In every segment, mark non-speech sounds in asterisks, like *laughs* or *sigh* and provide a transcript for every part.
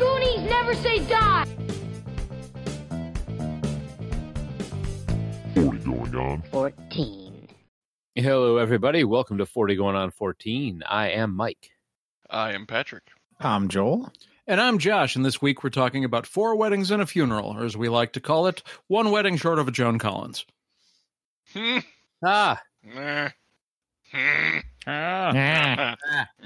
never say die. Forty going on. 14. Hello, everybody. Welcome to 40 Going On 14. I am Mike. I am Patrick. *laughs* I'm Joel. And I'm Josh, and this week we're talking about four weddings and a funeral, or as we like to call it, one wedding short of a Joan Collins. Hmm. Ah, Nah. Hmm. Nah. Nah. Nah.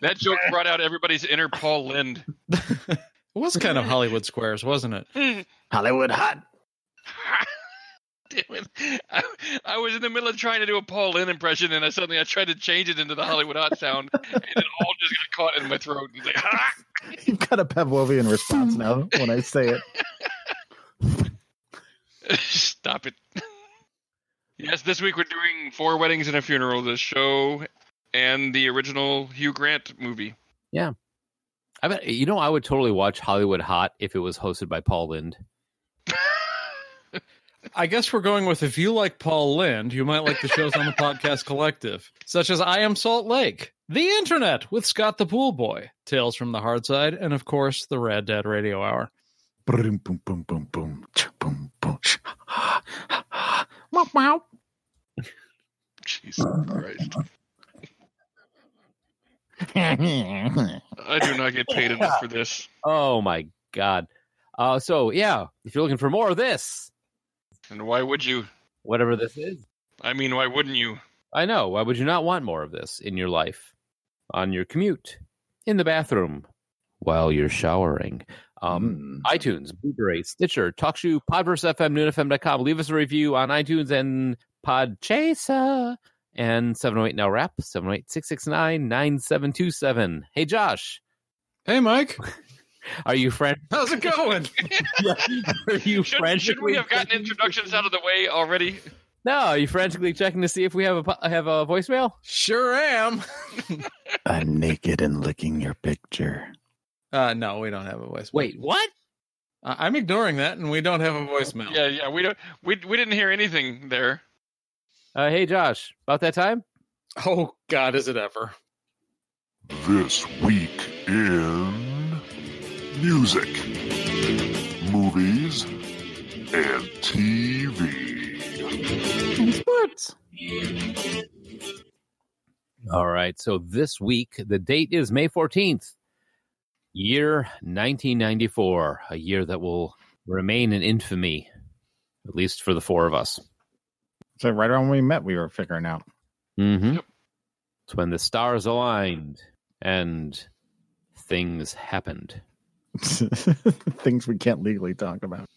That joke brought out everybody's inner Paul Lind. *laughs* it was kind *laughs* of Hollywood Squares, wasn't it? Hollywood hot. Damn it. I, I was in the middle of trying to do a Paul Lynn impression, and I suddenly I tried to change it into the Hollywood hot sound, and it all just got caught in my throat. And like, *laughs* ah! *laughs* You've got a Pavlovian response now when I say *laughs* it. *laughs* Stop it. yes, this week we're doing Four Weddings and a Funeral, the show and the original Hugh Grant movie. *laughs* I bet you know I would totally watch Hollywood Hot if it was hosted by Paul Lind. I guess we're going with if you like Paul Lind, you might like the shows on the podcast collective, such as I Am Salt Lake, The Internet with Scott the Pool Boy, Tales from the Hard Side, and of course, the Rad Dad Radio Hour. Boom, boom, boom, boom, boom, ch- boom, boom. sh- Wow, wow. Jesus Christ. *laughs* I do not get paid enough for this. Oh my God. Uh, so yeah, if you're looking for more of this, And why would you? whatever this is, I mean, why wouldn't you? I know. Why would you not want more of this in your life, on your commute, in the bathroom, while you're showering? Um, Um, iTunes, Blueberry, Stitcher, TalkShoe, Podverse FM, NoonFM.com. Leave us a review on iTunes and Podchaser and 708 Now Rap, 708 669 9727. Hey, Josh, Hey, Mike, are you friend? how's it going? *laughs* Are you Should, frantically? should we have gotten introductions out of the way already? No, are you frantically checking to see if we have a po- have a voicemail? *laughs* sure am. I'm naked and licking your picture. Uh, no, we don't have a voicemail. Wait, what? I- I'm ignoring that, and we don't have a voicemail. Yeah, yeah. We don't. We we didn't hear anything there. Uh, hey, Josh, about that time? Oh God, is it ever? This week in music, movies, and TV. All right. So this week, the date is May 14th, year 1994, a year that will remain in infamy, at least for the four of us. So right around when we met, we were figuring out. *laughs* Mm-hmm. Yep. It's when the stars aligned and things happened. Things we can't legally talk about.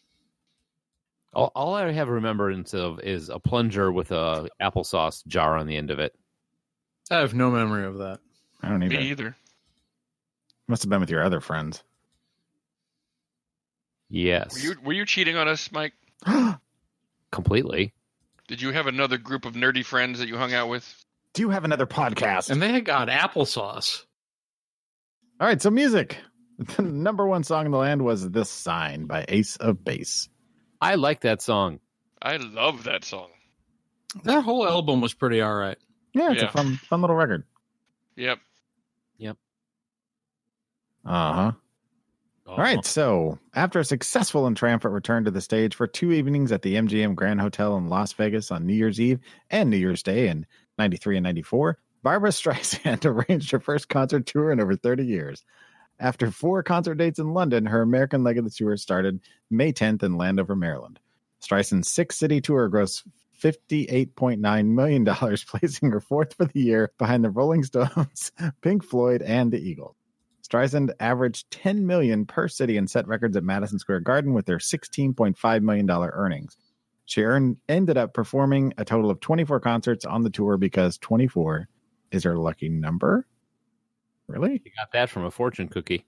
All, all I have remembrance of is a plunger with a applesauce jar on the end of it. I have no memory of that. I don't Me either. either. Must have been with your other friends. Were Yes, you were you cheating on us, Mike? *gasps* Do completely. Did you have another group of nerdy friends that you hung out with? you have another podcast? And they got applesauce. All right, so music. The number one song in the land was This Sign by Ace of Base. I like that song. I love that song. That whole album was pretty all right. Yeah, it's Yeah. a fun fun little record. Yep. Uh-huh. All right, so after a successful and triumphant return to the stage for two evenings at the MGM Grand Hotel in Las Vegas on New Year's Eve and New Year's Day in 93 and 94, Barbara *laughs* Streisand arranged her first concert tour in over 30 years. After four concert dates in London, her American leg of the tour started May 10th in Landover, Maryland. Streisand's six city tour grossed $58.9 million, *laughs* placing her fourth for the year behind the Rolling Stones, *laughs* Pink Floyd, and the Eagles. Streisand averaged 10 million per city and set records at Madison Square Garden with their 16.5 million dollar earnings. She earned, ended up performing a total of 24 concerts on the tour because 24 is her lucky number. Really? You got that from a fortune cookie.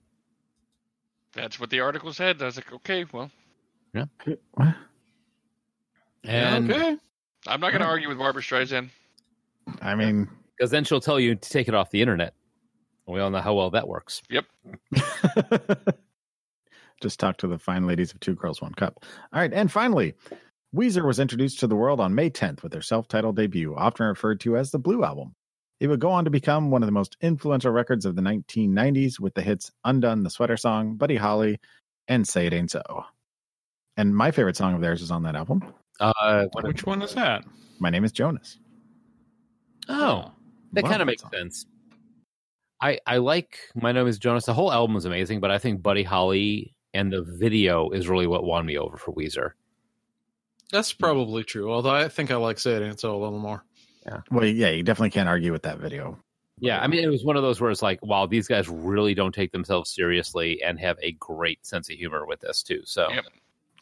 That's what the article said. I was like, okay, well, And okay. I'm not going to argue with Barbara Streisand. I mean, Because then she'll tell you to take it off the internet. We all know how well that works. *laughs* Just talk to the fine ladies of Two Girls, One Cup. All right. And finally, Weezer was introduced to the world on May 10th with their self titled debut, often referred to as the Blue Album. It would go on to become one of the most influential records of the 1990s with the hits Undone, the Sweater Song, Buddy Holly, and Say It Ain't So. And my favorite song of theirs is on that album. Uh, what- Which one is that? My name is Jonas. oh, that Love kind of makes song. sense. I I like My Name Is Jonas. The whole album is amazing, but I think Buddy Holly and the video is really what won me over for Weezer. That's probably true. Although I think I like Say It Ain't So a little more. Well, yeah, you definitely can't argue with that video. Yeah, I mean, it was one of those where it's like, wow, these guys really don't take themselves seriously and have a great sense of humor with this too. So Yep.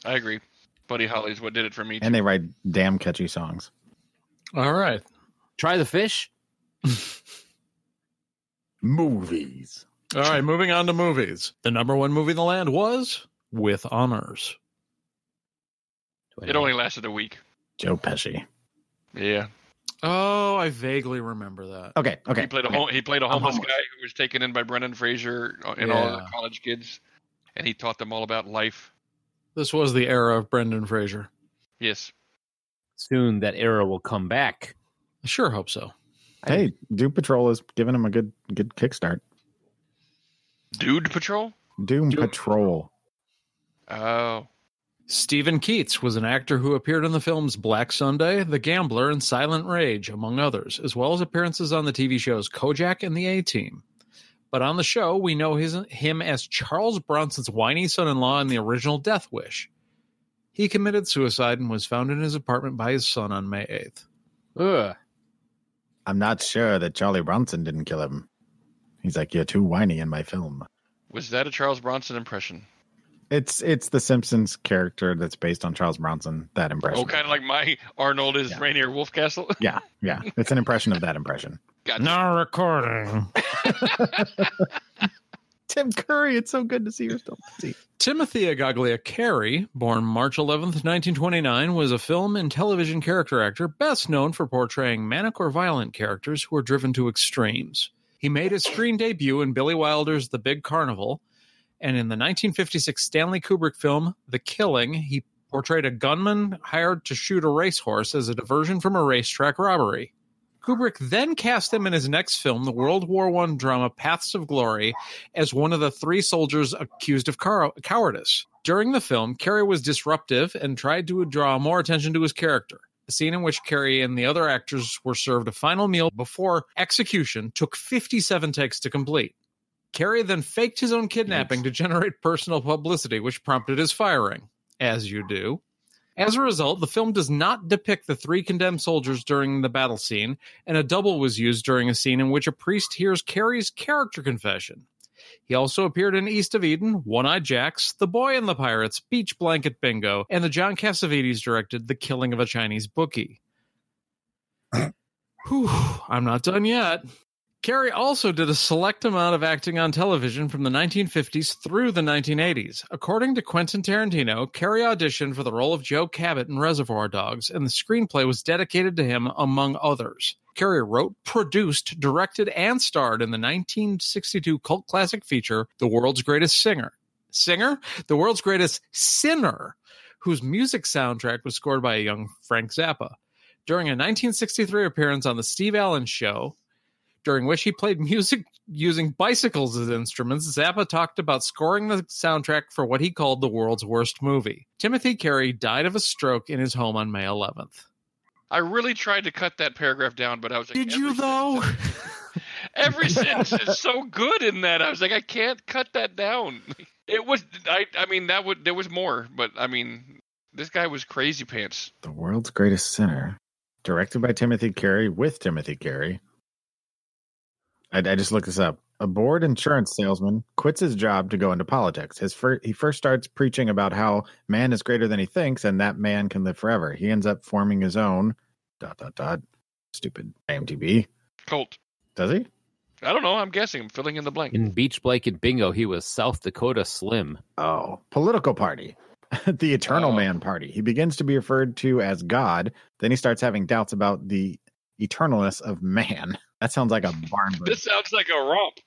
I agree. Buddy Holly's what did it for me. And they write damn catchy songs. All right. try the fish. Movies. All right. Moving on to movies. The number one movie in the land was With Honors. It only lasted a week. Joe Pesci. Yeah. Oh, I vaguely remember that. Okay, okay. He played a okay. home, he played a I'm homeless, homeless. guy who was taken in by Brendan Fraser uh, and all the Yeah. college kids, and he taught them all about life. This was the era of Brendan Fraser. Yes. soon that era will come back. I sure hope so. Hey, Doom Patrol is giving him a good good kickstart. Dude Patrol. Doom, Doom Patrol. Oh. Stephen Keats was an actor who appeared in the films Black Sunday, The Gambler, and Silent Rage, among others, as well as appearances on the TV shows Kojak and The A Team. But on the show, we know his, him as Charles Bronson's whiny son in law in the original Death Wish. He committed suicide and was found in his apartment by his son on May 8th. Ugh. I'm not sure that Charlie Bronson didn't kill him. He's like, you're too whiny in my film. Was that a Charles Bronson impression? It's it's the Simpsons character that's based on Charles Bronson. That Oh, impression. kind of like my Arnold is Yeah. Rainier Wolfcastle. *laughs* Yeah, yeah. It's an impression of that impression. Gotcha. No recording. *laughs* Tim Curry, it's so good to see you're still busy. Timothea Gaglia Carey, born March 11th, 1929, was a film and television character actor best known for portraying manic or violent characters who are driven to extremes. He made his screen debut in Billy Wilder's The Big Carnival, and in the 1956 Stanley Kubrick film The Killing, he portrayed a gunman hired to shoot a racehorse as a diversion from a racetrack robbery. Kubrick then cast him in his next film, the World War I drama Paths of Glory, as one of the three soldiers accused of cow- cowardice. During the film, Carey was disruptive and tried to draw more attention to his character. The scene in which Carey and the other actors were served a final meal before execution took 57 takes to complete. Carey then faked his own kidnapping to generate personal publicity, which prompted his firing, as you do. As a result, the film does not depict the three condemned soldiers during the battle scene, and a double was used during a scene in which a priest hears Carey's character confession. He also appeared in East of Eden, One Eyed Jacks, The Boy and the Pirates, Beach Blanket Bingo, and the John Cassavetes directed The Killing of a Chinese Bookie. Whew, I'm not done yet. Carey also did a select amount of acting on television from the 1950s through the 1980s. According to Quentin Tarantino, Carey auditioned for the role of Joe Cabot in Reservoir Dogs, and the screenplay was dedicated to him, among others. Carey wrote, produced, directed, and starred in the 1962 cult classic feature, The World's Greatest Singer. Singer? The World's Greatest Sinner, whose music soundtrack was scored by a young Frank Zappa. During a 1963 appearance on The Steve Allen Show, during which he played *laughs* music using bicycles as instruments, Zappa talked about scoring the soundtrack for what he called the world's worst movie. Timothy Carey died of a stroke in his home on May 11th. I really tried to cut that paragraph down, but I was like, Did every *laughs* you though? sentence- every sentence is so good in that. I was like, I can't cut that down. *laughs* It was, I, I mean, that would there was more, but I mean, this guy was crazy pants. The world's greatest sinner, directed by Timothy Carey with Timothy Carey. I, I just looked this up. A bored insurance salesman quits his job to go into politics. His fir- he first starts preaching about how man is greater than he thinks and that man can live forever. He ends up forming his own dot dot dot stupid IMDb. Colt. Does he? I don't know. I'm guessing. I'm filling in the blank. In Beach Blanket Bingo, he was South Dakota Slim. *laughs* Oh, political party. *laughs* the Eternal Oh. Man Party. He begins to be referred to as God. Then he starts having doubts about the eternalness of *laughs* man. That sounds like a barn burner. This sounds like a romp.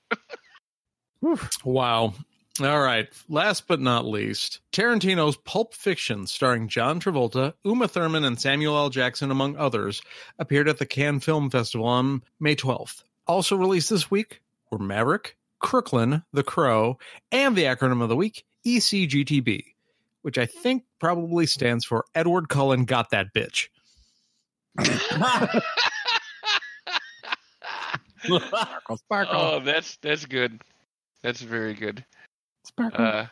*laughs* Oof. Wow. All right. Last but not least, Tarantino's Pulp Fiction, starring John Travolta, Uma Thurman, and Samuel L. Jackson, among others, appeared at the Cannes Film Festival on May 12th. Also released this week were Maverick, Crooklyn, The Crow, and the acronym of the week, E ECGTB, which I think probably stands for Edward Cullen Got That Bitch. Sparkle, sparkle, Oh, that's that's good. That's very good. sparkle. Uh,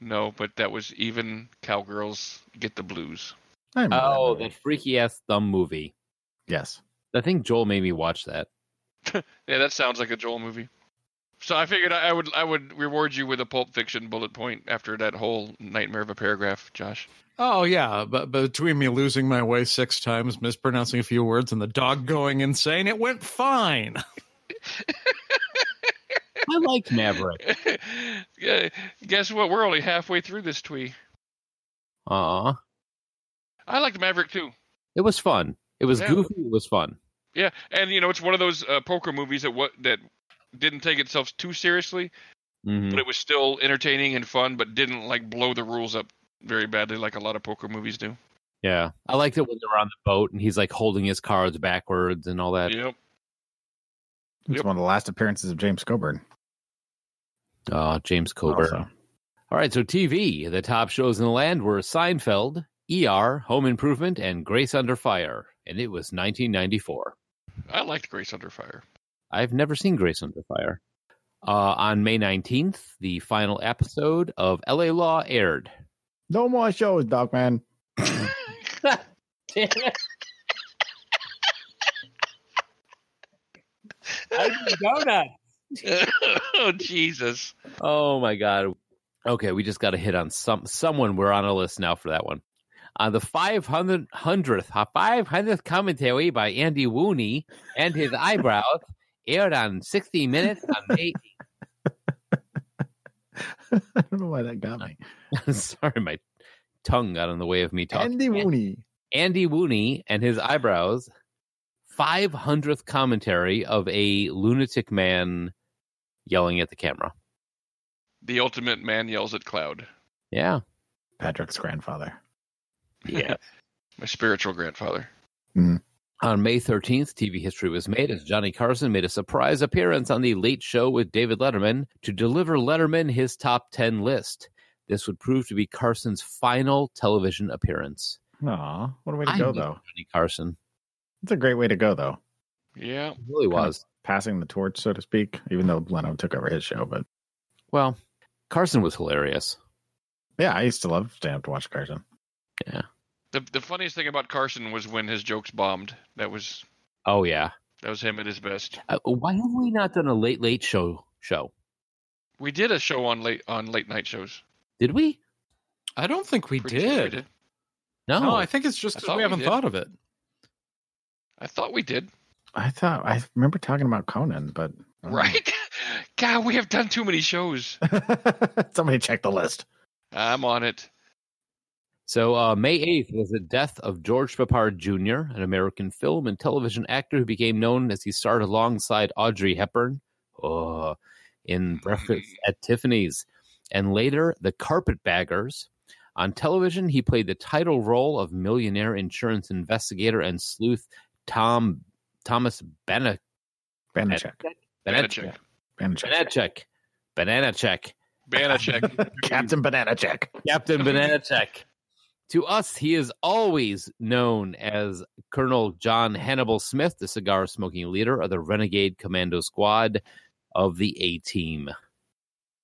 no, but that was even cowgirls get the blues. I remember Oh, that movie. that freaky ass thumb movie. yes. I think Joel made me watch that. Yeah, that sounds like a Joel movie. So I figured I I would I would reward you with a Pulp Fiction bullet point after that whole nightmare of a paragraph, Josh. Oh yeah, but but between me losing my way six times, mispronouncing a few words, and the dog going insane, it went fine. *laughs* I like Maverick. Yeah, Guess what? We're only halfway through this twee. Aw. I liked Maverick too. Uh-uh. It was fun. It was Yeah. goofy. It was fun. Yeah, and you know it's one of those uh, poker movies that what that didn't take itself too seriously, Mhm. but it was still entertaining and fun, but didn't like blow the rules up very badly like a lot of poker movies do. Yeah. I liked it when they were on the boat and he's like holding his cards backwards and all that. Yep. It's Yep. one of the last appearances of James Coburn. Oh, James Coburn. also. All right. So, TV, the top shows in the land were Seinfeld, ER, Home Improvement, and Grace Under Fire. And it was 1994. I liked Grace Under Fire. I've never seen Grace Under Fire. Uh, on May 19th, the final episode of LA Law aired. No more shows, Doc Man. *laughs* oh Jesus. Oh my god. Okay, we just got to hit on some someone. We're on a list now for that one. On the 500th, 500th uh, commentary by Andy Wooney and his eyebrows aired on 60 Minutes on May. *laughs* I don't know why that got me. *laughs* Sorry, my tongue got in the way of me talking. Andy Mooney. Andy Wooney and his eyebrows 500th commentary of a lunatic man yelling at the camera. The ultimate man yells at cloud. Yeah. Patrick's grandfather. Yeah. *laughs* My spiritual grandfather. On May 13th, TV history was made as Johnny Carson made a surprise appearance on The Late Show with David Letterman to deliver Letterman his top 10 list. This would prove to be Carson's final television appearance. Aw, what a way to I go, love though. Johnny Carson It's a great way to go, though. Yeah. It really Kind of- was. Passing the torch, so to speak, even though Leno took over his show. But Well, Carson was hilarious. yeah, I used to love stand up to watch Carson. The the funniest thing about Carson was when his jokes bombed. That was Oh, yeah. that was him at his best. Uh, why have we not done a Late Late Show show? We did a show on late on late night shows. Did we? I don't think we Pretty sure did. No. No, I think it's just I 'cause thought we we haven't did. thought of it. I thought we did. I thought, I remember talking about Conan, but. um, I don't know. Right? *laughs* God, we have done too many shows. *laughs* Somebody check the list. I'm on it. So uh, May 8th was the death of George Papard Jr., an American film and television actor who became known as he starred alongside Audrey Hepburn uh, in Breakfast at Tiffany's and later The Carpetbaggers. On television, he played the title role of millionaire insurance investigator and sleuth Tom Thomas Bene- Banachek. Banachek. Banachek. Banachek. Banachek. Banachek. *laughs* Captain Banachek. Captain Banana Tech. To us, he is always known as Colonel John Hannibal Smith, the cigar smoking leader of the Renegade Commando Squad of the A Team.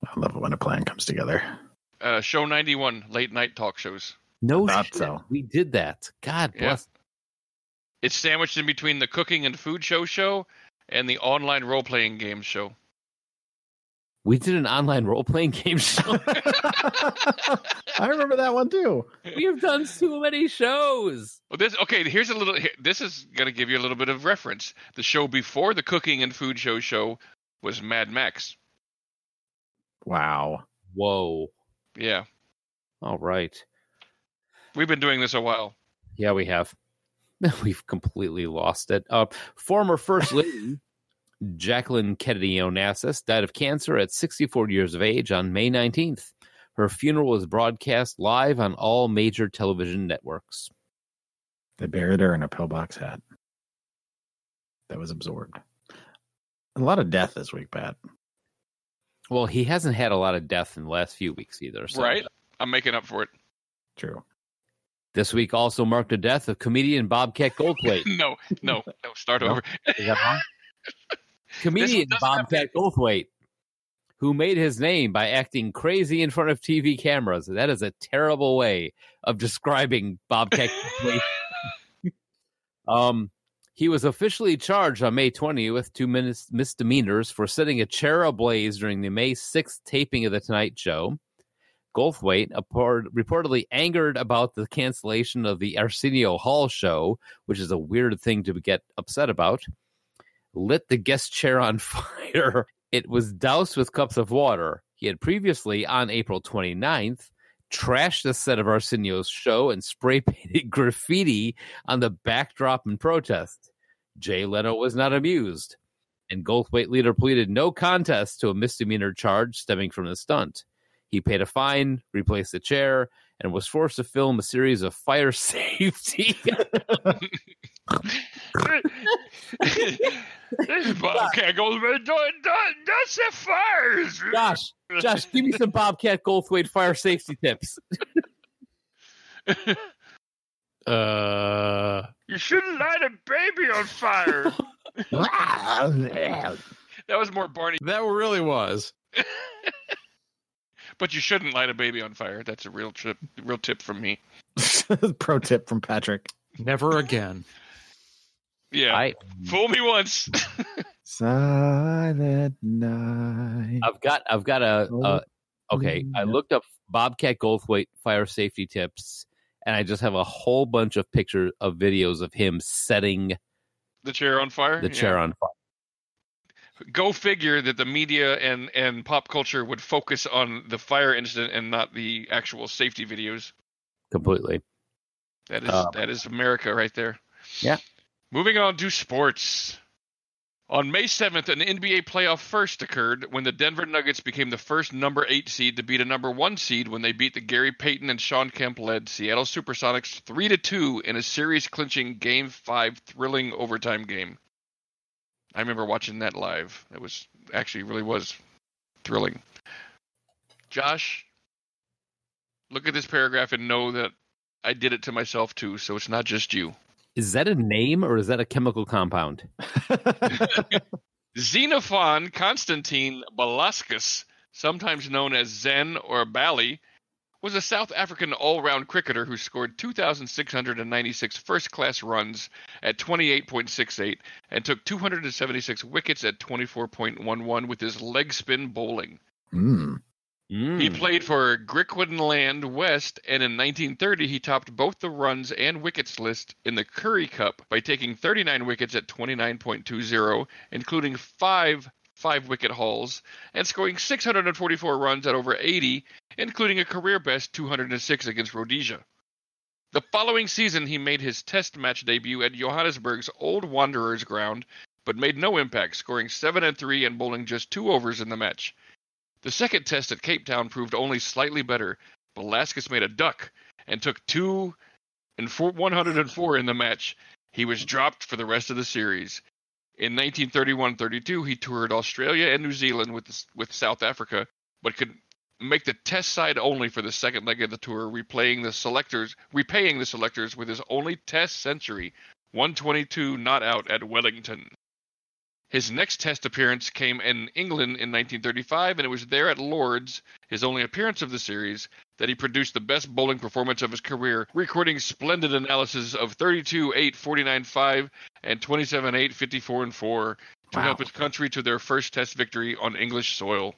I love it when a plan comes together. *laughs* uh, show 91, late night talk shows. No, I thought shit. so. we did that. God Yeah. bless. It's sandwiched in between the cooking and food show show and the online role playing game show. We did an online role playing *laughs* game show. I remember that one too. we have done so many shows. Well, Oh, this okay. Here's a little. Here, this is gonna give you a little bit of reference. The show before the cooking and food show show was Mad Max. Wow. Whoa. Yeah, All right. we've been doing this a while. Yeah, *laughs* we have. We've completely lost it. Uh, former First Lady Jacqueline Kennedy Onassis died of cancer at 64 years of age on May 19th. Her funeral was broadcast live on all major television networks. They buried her in a pillbox hat that was absorbed. A lot of death this week, Pat. Well, he hasn't had a lot of death in the last few weeks either. So. Right? I'm making up for it. True. *laughs* This week also marked the death of comedian Bobcat Goldthwait. *laughs* No, no, no. Start over. Is that wrong? *laughs* comedian doesn't have Bobcat Goldthwait, who made his name by acting crazy in front of TV cameras. That is a terrible way of describing Bobcat Goldthwait. um, he was officially charged on May 20 with two mis- misdemeanors for setting a chair ablaze during the May 6th taping of The Tonight Show. Goldthwait appar- reportedly angered about the cancellation of the Arsenio Hall show, which is a weird thing to get upset about lit the guest chair on *laughs* fire. It was doused with cups of water. He had previously, on April 29th, trashed the set of Arsenio's show and spray *laughs* painted graffiti on the backdrop in protest. Jay Leno was not amused, and Goldthwait leader pleaded no contest to a misdemeanor charge stemming from the stunt. He paid a fine, replaced the chair, and was forced to film a series of fire *laughs* safety this Bobcat goes, "Man, don't- don't- that's the fires. Josh, Josh, give me some Bobcat Goldthwait fire safety tips. Uh, *laughs* You shouldn't light a baby on fire. *laughs* that was more Barney. that really was. But you shouldn't light a baby on fire. That's a real trip, real tip from me. Pro tip from Patrick. Never again. Yeah, I, fool me once. *laughs* Silent night. I've got, I've got a, a Okay, I Mm. looked up Bobcat Goldthwait fire safety tips, and I just have a whole bunch of pictures of videos of him setting the chair on fire. the chair on fire. Yeah. Go figure that the media and and pop culture would focus on the fire incident and not the actual safety videos. completely. That is Um, that is America right there. Yeah. Moving on to sports. On May 7th, an NBA playoff first occurred when the Denver Nuggets became the first number 8 seed to beat a number 1 seed when they beat the Gary Payton and Sean Kemp led Seattle Supersonics 3 to 2 in a series clinching game 5 thrilling overtime game. I remember watching that live. It was actually really was thrilling. Josh, look at this paragraph and know that I did it to myself too, so it's not just you. Is that a name or is that a chemical compound? *laughs* Xenophon Constantine Balaskas, sometimes known as Zen or Bali, was a South African all round cricketer who scored 2,696 first class runs at 28.68 and took 276 wickets at 24.11 with his leg spin bowling. Mm. He Mm. played for Griqualand West, and in 1930 he topped both the runs and wickets list in the Curry Cup by taking 39 wickets at 29.20, including five five-wicket hauls, and scoring 644 runs at over 80, including a career best 206 against Rhodesia. The following season, he made his Test match debut at Johannesburg's Old Wanderers ground, but made no impact, scoring seven and three and bowling just two overs in the match. The second test at Cape Town proved only slightly better. Velasquez made a duck and took two and four, 104 in the match. He was dropped for the rest of the series. In 1931-32, he toured Australia and New Zealand with with South Africa, but could make the test side only for the second leg of the tour, replaying the selectors, repaying the selectors with his only test century, 122 not out at Wellington. His next test appearance came in England in 1935, and it was there at Lord's, his only appearance of the series, that he produced the best bowling performance of his career, recording splendid analysis of 32, 8, 49, 5, and 27, 8, 54, and 4 to Wow. help his country to their first test victory on English soil.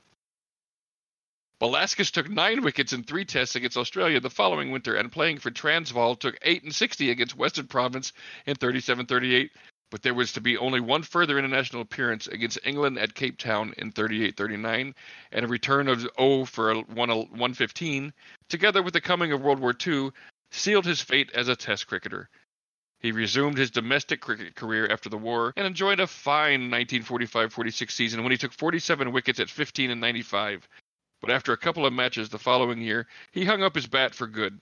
Velasquez took nine wickets in three tests against Australia the following winter, and playing for Transvaal took eight and sixty against Western Province in 37-38 but there was to be only one further international appearance against England at Cape Town in 38-39 and a return of 0 for a 1 115 together with the coming of World War II sealed his fate as a test cricketer. He resumed his domestic cricket career after the war and enjoyed a fine 1945-46 season when he took 47 wickets at 15 and 95. But after a couple of matches the following year, he hung up his bat for good.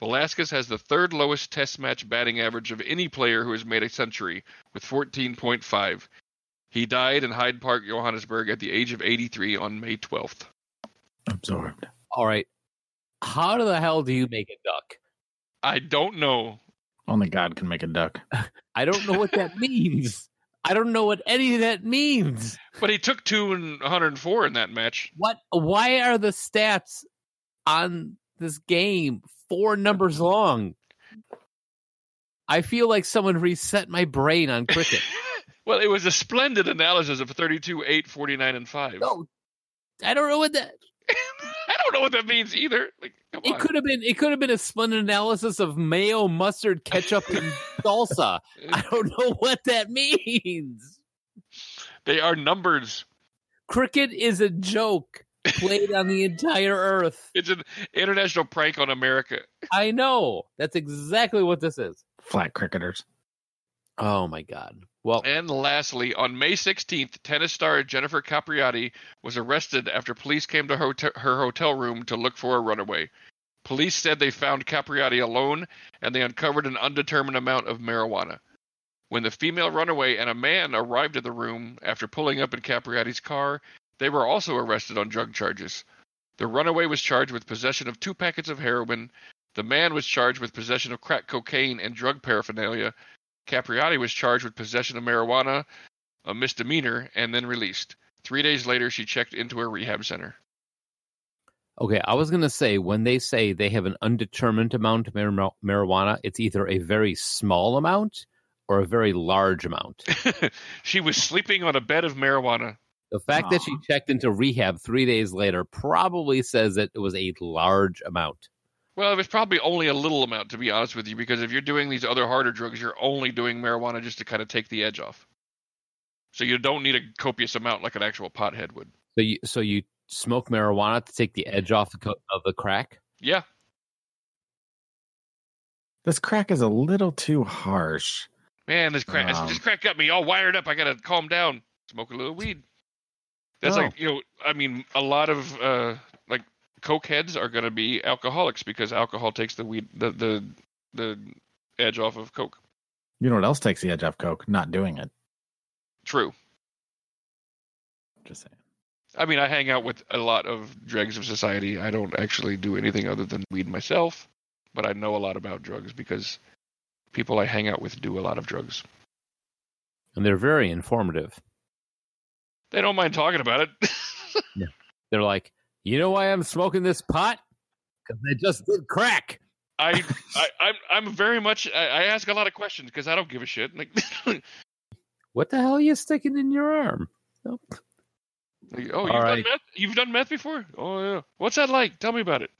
Velasquez has the third lowest test match batting average of any player who has made a century, with 14.5. He died in Hyde Park, Johannesburg at the age of 83 on May 12th. Absorbed. All right. How the hell do you make a duck? I don't know. Only God can make a duck. I don't know what that *laughs* means. I don't know what any of that means. But he took two and 104 in that match. *laughs* What? Why are the stats on this game four numbers long? I feel like someone reset my brain on *laughs* cricket. Well, it was a splendid analysis of 32, 8, 49, and 5. No, I don't know what that. *laughs* I don't know what that means either. Like, come It on. could have been. It could have been a splendid analysis of mayo, mustard, ketchup, and salsa. I don't know what that means. They are numbers. Cricket is a joke played on the entire earth. It's an international prank on America. I know. That's exactly what this is. Flat cricketers. Oh my god. Well, And lastly, on May 16th, tennis star Jennifer Capriati was arrested after police came to hotel- her hotel room to look for a runaway. Police said they found Capriati alone and they uncovered an undetermined amount of marijuana. When the female runaway and a man arrived at the room after pulling up in Capriati's car, they were also arrested on drug charges. The runaway was charged with possession of two packets of heroin. The man was charged with possession of crack cocaine and drug paraphernalia. Capriati was charged with possession of marijuana, a misdemeanor, and then released. Three days later, she checked into a rehab center. *laughs* okay. I was gonna say when they say they have an undetermined amount of mar- marijuana, it's either a very small amount or a very large amount. she was sleeping on a bed of marijuana. The fact that she Aw. checked into rehab three days later probably says that it was a large amount. Well, it was probably only a little amount, to be honest with you, because if you're doing these other harder drugs, you're only doing marijuana just to kind of take the edge off. So you don't need a copious amount like an actual pothead would. So you so you smoke marijuana to take the edge off the co- of the crack. Yeah, This crack is a little too harsh. man, this crack, Um. this crack got me all wired up. I gotta calm down. Smoke a little weed. That's No. like you know, I mean, a lot of uh, like coke heads are gonna be alcoholics because alcohol takes the weed, the the the edge off of coke. You know what else takes the edge off Coke? Not doing it. True. Just saying. I mean, I hang out with a lot of dregs of society. I don't actually do anything other than weed myself, but I know a lot about drugs because people I hang out with do a lot of drugs. And they're very informative. They don't mind talking about it. *laughs* They're like, you know why I'm smoking this pot? Because I just did crack. I, I I'm I'm very much I, I ask a lot of questions because I don't give a shit. Like, *laughs* like, What the hell are you sticking in your arm? oh, you've done right. meth? You've done meth before? Oh yeah. What's that like? Tell me about it.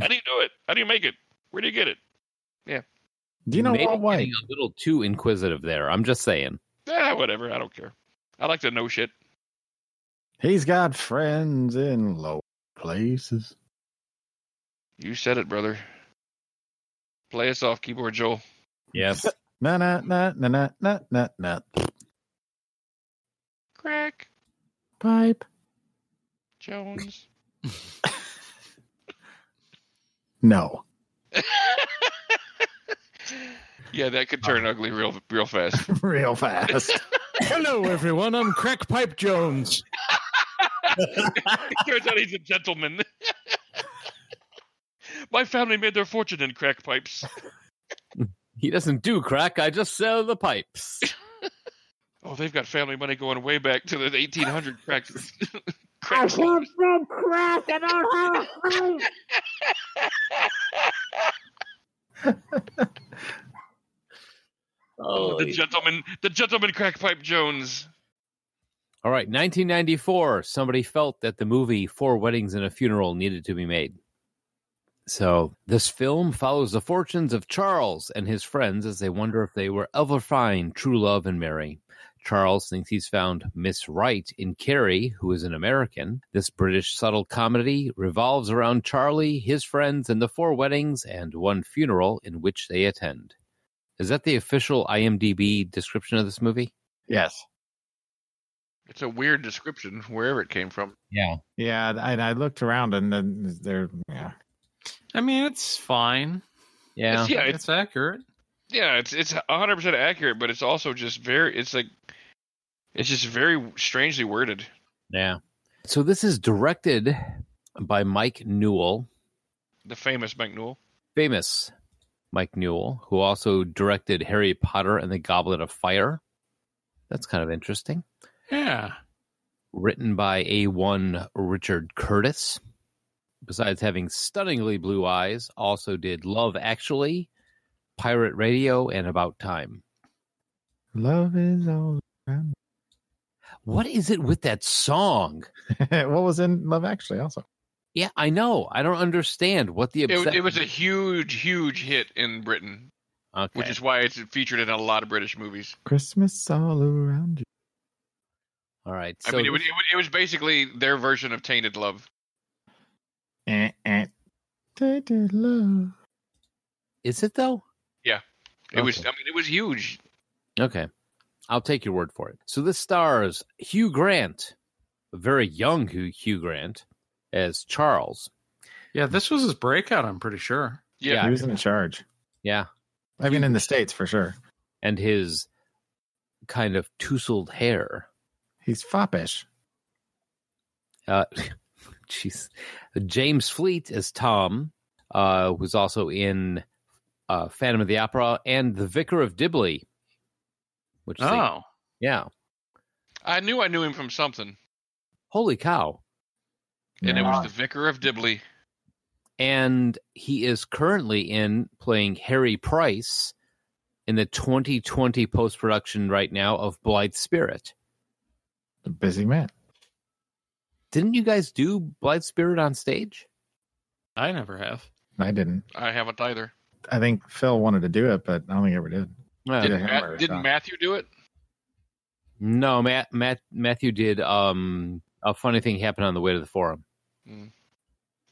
How do you do it? How do you make it? Where do you get it? Do you know Maybe what? White? getting a little too inquisitive there. I'm just saying. Ah, whatever. I don't care. I like to know shit. He's got friends in low places. You said it, brother. Play us off, keyboard Joel. Yes. Na na na na na na na na. Crack. Pipe. Jones. No. *laughs* yeah, that could turn ugly real real *laughs* fast. Real fast. *laughs* *laughs* Hello, everyone. I'm Crackpipe Jones. Turns out he's a gentleman. *laughs* My family made their fortune in crack pipes. *laughs* he doesn't do crack. I just sell the pipes. Oh, they've got family money going way back to the *laughs* 1800 crack. crack crack. I don't have Oh, the Holy gentleman, the gentleman crack pipe Jones. All right, 1994, somebody felt that the movie Four Weddings and a Funeral needed to be made. So, this film follows the fortunes of Charles and his friends as they wonder if they will ever find true love and marry. Charles thinks he's found Miss Wright in Carrie, who is an American. This British subtle comedy revolves around Charlie, his friends, and the four weddings and one funeral in which they attend. Is that the official IMDb description of this movie? Yes. It's a weird description wherever it came from. Yeah. Yeah, and I looked around and then there. Yeah. I mean, it's fine. Yeah. It's- yeah, it's It's accurate. yeah, it's it's 100% accurate, but it's also just very it's like it's just very strangely worded. Yeah. So this is directed by Mike Newell, The famous Mike Newell. famous Mike Newell, who also directed Harry Potter and the Goblet of Fire. That's kind of interesting. Yeah. Written by A1 Richard Curtis. Besides having stunningly blue eyes, also did Love Actually, Pirate Radio, and About Time. Love is all around. *laughs* What is it with that song? what was in Love Actually also? Yeah, I know. I don't understand what the It, obsession. it was a huge huge hit in Britain, okay. which is why it's featured in a lot of British movies. Christmas all around you. all right. I So mean, it, was- it, was- it was basically their version of Tainted Love. Eh, eh. Tainted love. is it though? It was I Okay. mean, it was huge. Okay. I'll take your word for it. So this stars Hugh Grant, a very young Hugh, Hugh Grant, as Charles. Yeah, this was his breakout, I'm pretty sure. Yeah. He was in charge. Yeah. I mean, in the States for sure. And his kind of tousled hair. He's foppish. Uh, *laughs* jeez. James Fleet as Tom, uh, was also in uh, Phantom of the Opera and The Vicar of Dibley. Which is a- Oh. yeah. I knew I knew him from something, Holy cow. and it Yeah. was the Vicar of Dibley. and he is currently in playing Harry Price in the 2020 post production right now of Blythe Spirit. a busy man. Didn't you guys do Blythe Spirit on stage? I never have. I didn't. I haven't either. I think Phil wanted to do it, but I don't think he ever did. Uh, Yeah. Didn't, I remember Matt, didn't that. Matthew do it? No, Matt, Matt Matthew did. Um, a funny thing happened on the way to the forum. All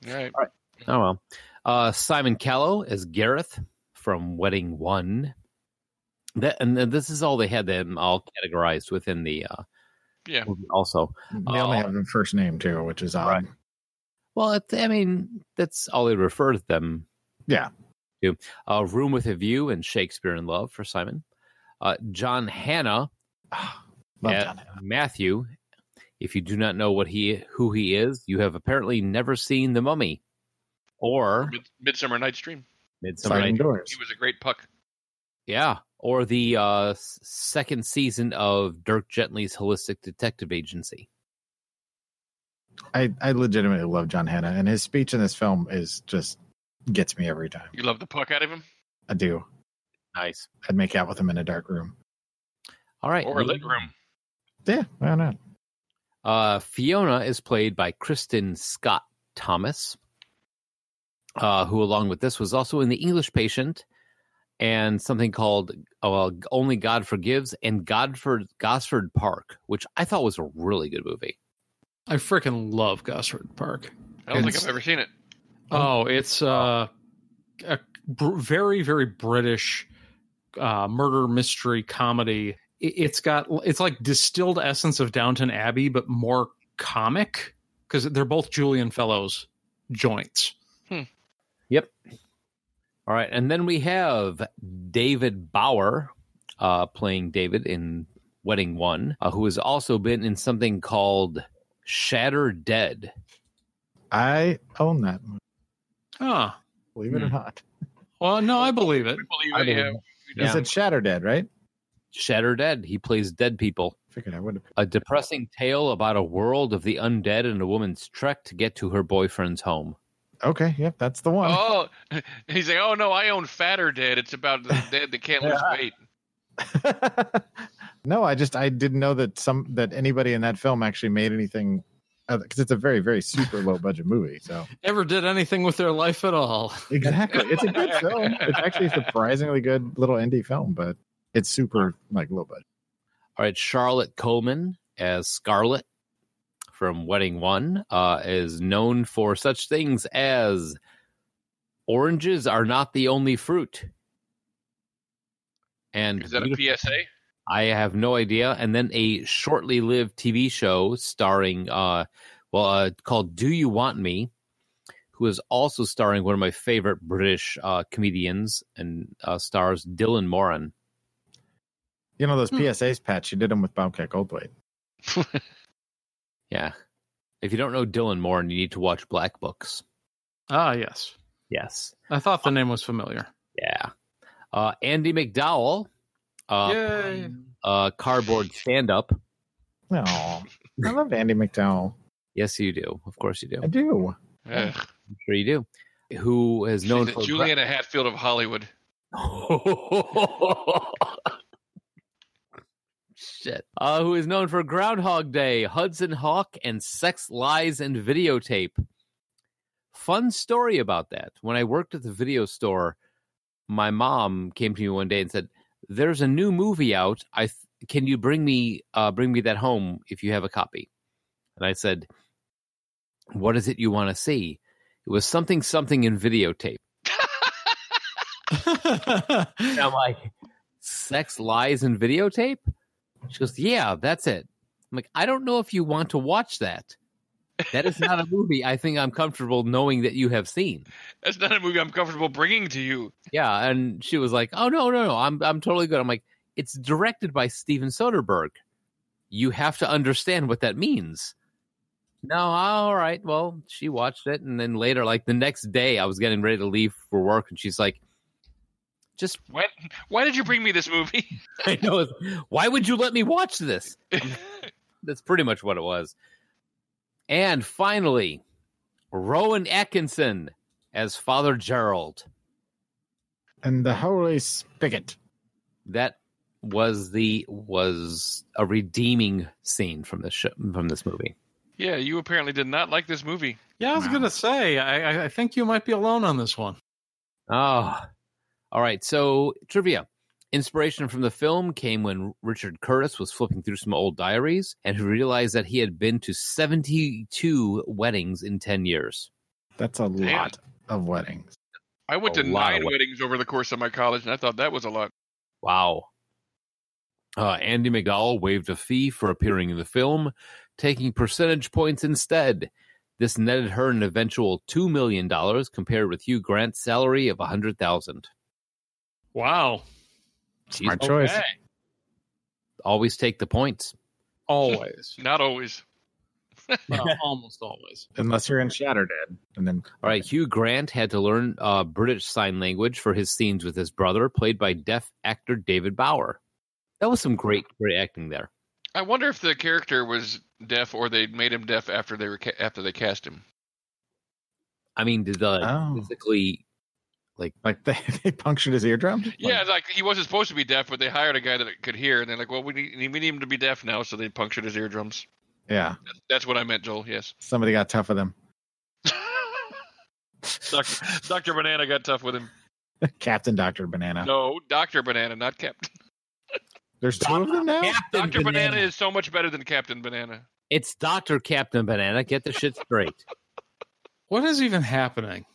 right. Oh well. Uh, Simon Callow as Gareth from Wedding One. That and then this is all they had them all categorized within the uh, Yeah. movie also. They only Oh. have the first name too, which is um, odd. Right. Well, it, I mean, that's all they refer to them. Yeah. To uh, Room with a View and Shakespeare in Love for Simon. Uh, John Hanna, Ah, love Yeah. John Hannah. Matthew. If you do not know what he who he is, you have apparently never seen The Mummy or Mid- Midsummer Night's Dream. Midsummer Sliding Night. doors. He was a great puck. Yeah, or the uh, s- second season of Dirk Gently's Holistic Detective Agency. I, I legitimately love John Hanna, and his speech in this film is just gets me every time. You love the puck out of him, I do. Nice. I'd make out with him in a dark room. All right. or a lit room. Yeah, why not? Uh, Fiona is played by Kristen Scott Thomas, uh, who, along with this, was also in The English Patient and something called uh, well, Only God Forgives and Godford Gosford Park, which I thought was a really good movie. I freaking love Gosford Park. I don't think It's- I've ever seen it. Oh, it's uh, a br- very, very British uh, murder mystery comedy. I- It's got it's like distilled essence of Downton Abbey, but more comic because they're both Julian Fellows joints. All right, and then we have David Bauer uh, playing David in Wedding One, uh, who has also been in something called Shatter Dead. I own that. movie, Oh, Believe it or Hmm. not, well, no, I believe it. We believe I it, believe yeah. it. We you don't. said Shatter Dead, right? Shatter Dead. He plays dead people. Figured I would have. A depressing tale about a world of the undead and a woman's trek to get to her boyfriend's home. Okay, yep, that's the one. Oh, *laughs* he's like, oh no, I own Fatter Dead. It's about the dead that can't lose weight. *laughs* no, I just I didn't know that some that anybody in that film actually made anything because it's a very very super low budget movie. So Never did anything with their life at all. exactly, it's a good film. It's actually a surprisingly good little indie film, but it's super like low budget. All right, Charlotte Coleman as Scarlet from Wedding One uh, is known for such things as oranges are not the only fruit. And Is that beautiful- a PSA? *laughs* I have no idea. And then a shortly lived TV show starring, uh, well, uh, called Do You Want Me, who is also starring one of my favorite British uh, comedians and uh, stars Dylan Moran. You know those Hmm. PSAs, Pat. You did them with Bobcat Goldthwait. Um, Yeah. If you don't know Dylan Moran, you need to watch Black Books. Ah, yes. Yes. I thought the name was familiar. Yeah. Uh, Andy McDowell, uh, Yay. uh, cardboard stand up. No, I love Andy McDowell. Yes, you do. Of course you do. I I'm do. Ugh. sure you do. Who is known She's for the Juliana Hatfield of Hollywood. Shit. Uh, who is known for Groundhog Day, Hudson Hawk, and Sex, Lies, and Videotape. Fun story about that. When I worked at the video store, my mom came to me one day and said, "There's a new movie out. I th- can you bring me uh, bring me that home if you have a copy?" And I said, "What is it you want to see?" It was something something in videotape. And *laughs* I'm like, sex, lies, and videotape? She goes, yeah, that's it. I'm like, I don't know if you want to watch that. That is not a movie I think I'm comfortable knowing that you have seen. That's not a movie I'm comfortable bringing to you. Yeah. And she was like, oh, no, no, no. I'm, I'm totally good. I'm like, it's directed by Steven Soderbergh. You have to understand what that means. No, all right. Well, she watched it. And then later, like the next day, I was getting ready to leave for work. And she's like, just When, why did you bring me this movie? *laughs* *laughs* I know. it's- Why would you let me watch this? That's pretty much what it was. And finally, Rowan Atkinson as Father Gerald. And the holy spigot. That was the was a redeeming scene from this show, from this movie. yeah, you apparently did not like this movie. *laughs* yeah, I was Wow. gonna say. I, I- I think you might be alone on this one. Oh, all right. So trivia. Inspiration from the film came when Richard Curtis was flipping through some old diaries and he realized that he had been to 72 weddings in 10 years. That's a lot of weddings. I went A to lot of nine wed- weddings over the course of my college, and I thought that was a lot. Wow. Uh, Andy McDowell waived a fee for appearing in the film, taking percentage points instead. This netted her an eventual $2 million compared with Hugh Grant's salary of 100000 Wow. Smart Jeez. choice. Okay. Always take the points. Always. Not always. *laughs* Well, almost always. Unless you're in Shatterdead, and then All right, Hugh Grant had to learn uh, British Sign Language for his scenes with his brother, played by deaf actor David Bauer. That was some great, great acting there. I wonder if the character was deaf or they made him deaf after they were ca- after they cast him. I mean, did the Oh, physically like they, *laughs* they punctured his eardrum. Like, Yeah, like he wasn't supposed to be deaf, but they hired a guy that could hear, and they're like, "Well, we need, we need him to be deaf now," so they punctured his eardrums. yeah. That's what I meant, Joel. Yes. *laughs* Somebody got tough with him. *laughs* Doctor, Dr. Banana got tough with him. Captain Doctor Banana. No, Doctor Banana, not Captain. There's two of them now. Doctor Banana. is so much better than Captain Banana. It's Dr. Captain Banana. Get the shit straight. What is even happening?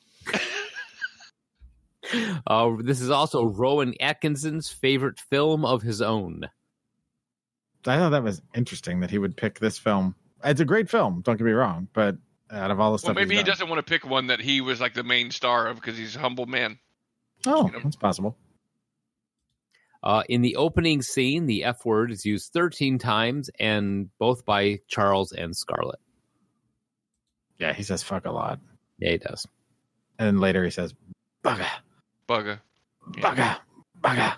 Uh, this is also Rowan Atkinson's favorite film of his own. I thought that was interesting that he would pick this film. It's a great film. Don't get me wrong, but out of all the Well, stuff, maybe he's he done- doesn't want to pick one that he was like the main star of because he's a humble man. Oh, that's possible. Uh, in the opening scene, the F word is used 13 times, and both by Charles and Scarlett. Yeah, he says fuck a lot, Yeah, he does. and then later he says bugger, Bugger. Yeah. bugger, bugger.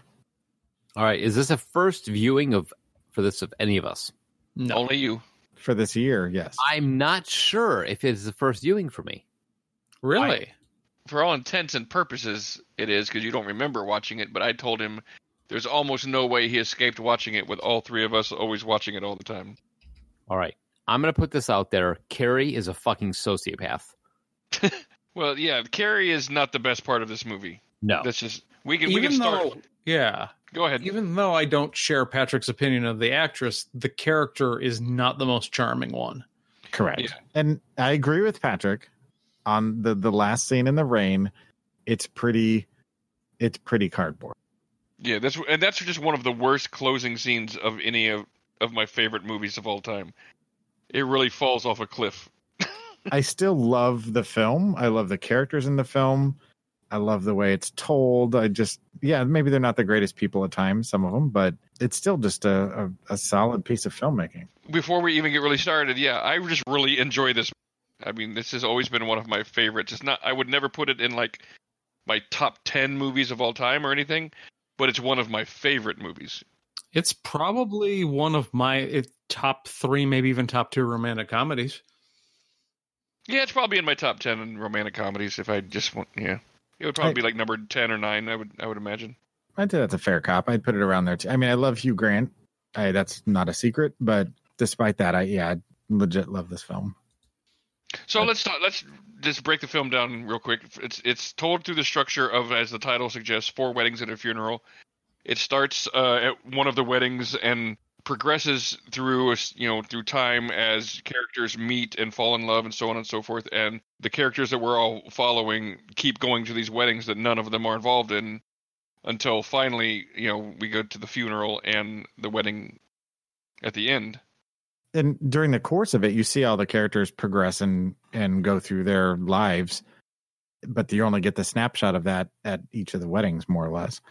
All right, is this a first viewing of for this of any of us? No. Only you. For this year, yes. I'm not sure if it is the first viewing for me. really? For all intents and purposes, it is because you don't remember watching it. But I told him there's almost no way he escaped watching it with all three of us always watching it all the time. All right, I'm gonna put this out there. Carrie is a fucking sociopath. Well, yeah, Carrie is not the best part of this movie. No, That's just we can we can start. though, yeah. Go ahead. Even though I don't share Patrick's opinion of the actress, the character is not the most charming one. Correct. Yeah. And I agree with Patrick on the the last scene in the rain. It's pretty. It's pretty cardboard. Yeah, that's and that's just one of the worst closing scenes of any of, of my favorite movies of all time. It really falls off a cliff. I still love the film. I love the characters in the film. I love the way it's told. I just, yeah, maybe they're not the greatest people at times, some of them, but it's still just a, a, a solid piece of filmmaking. Before we even get really started, yeah, I just really enjoy this. I mean, this has always been one of my favorites. It's not I would never put it in like my top 10 movies of all time or anything, but it's one of my favorite movies. It's probably one of my it, top three, maybe even top two romantic comedies. Yeah, it's probably in my top 10 in romantic comedies if I just want yeah. It would probably I- be like number 10 or 9, I would I would imagine. I'd say that's a fair cop. I'd put it around there too. I mean, I love Hugh Grant. I, that's not a secret, but despite that, I, yeah, I legit love this film. So But- let's talk, let's just break the film down real quick. It's it's told through the structure of, as the title suggests, four weddings and a funeral. It starts uh, at one of the weddings and progresses through you know through time as characters meet and fall in love and so on and so forth. And the characters that we're all following keep going to these weddings that none of them are involved in, until finally you know we go to the funeral and the wedding at the end. and during the course of it, you see all the characters progress and and go through their lives, but you only get the snapshot of that at each of the weddings, more or less.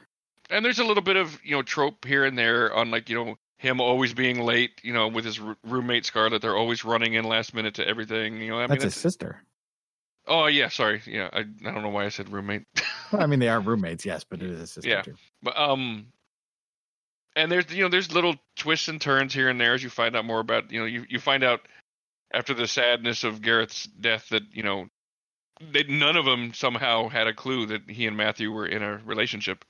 and there's a little bit of you know trope here and there on like you know him always being late you know with his r- roommate scarlett they're always running in last minute to everything you know i mean that's his that's, sister. oh yeah sorry yeah I, I don't know why i said roommate *laughs* Well, I mean, they are roommates, yes, but it is his sister Yeah. too. but um and there's you know there's little twists and turns here and there as you find out more about you know you, you find out after the sadness of gareth's death that you know that none of them somehow had a clue that he and matthew were in a relationship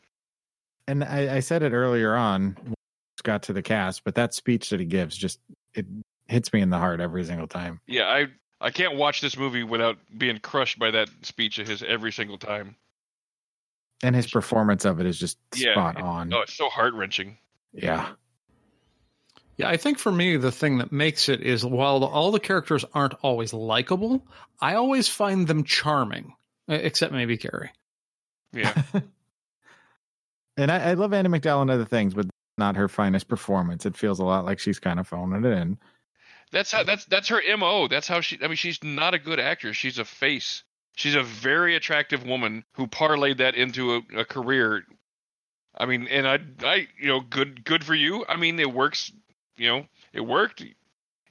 And I, I said it earlier on, when it got to the cast, but that speech that he gives just it hits me in the heart every single time. yeah i i can't watch this movie without being crushed by that speech of his every single time And his performance of it is just Yeah, spot it- on. Oh, it's so heart wrenching. Yeah, Yeah, I think for me, the thing that makes it is while the- all the characters aren't always likable, I always find them charming, e- except maybe Carrie. Yeah. and I, I love Annie McDowell and other things, but not her finest performance. It feels a lot like she's kind of phoning it in. that's how that's that's her MO. That's how she I mean she's not a good actress. She's a face. She's a very attractive woman who parlayed that into a, a career. I mean, and I I you know, good good for you. I mean, it works, you know, it worked.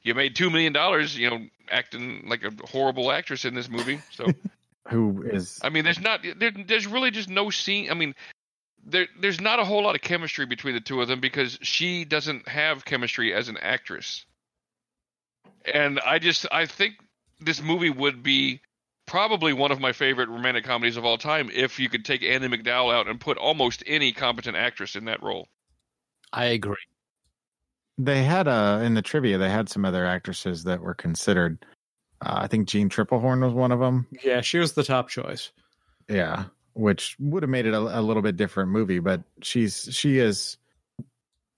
You made 2 million dollars, you know, acting like a horrible actress in this movie. So Who is I mean, there's not there, there's really just no scene. I mean, there there's not a whole lot of chemistry between the two of them because she doesn't have chemistry as an actress. And I just I think this movie would be probably one of my favorite romantic comedies of all time if you could take Andy McDowell out and put almost any competent actress in that role. I agree. they had uh in the trivia they had some other actresses that were considered uh, i think jean triplehorn was one of them Yeah, she was the top choice. yeah which would have made it a, a little bit different movie but she's she is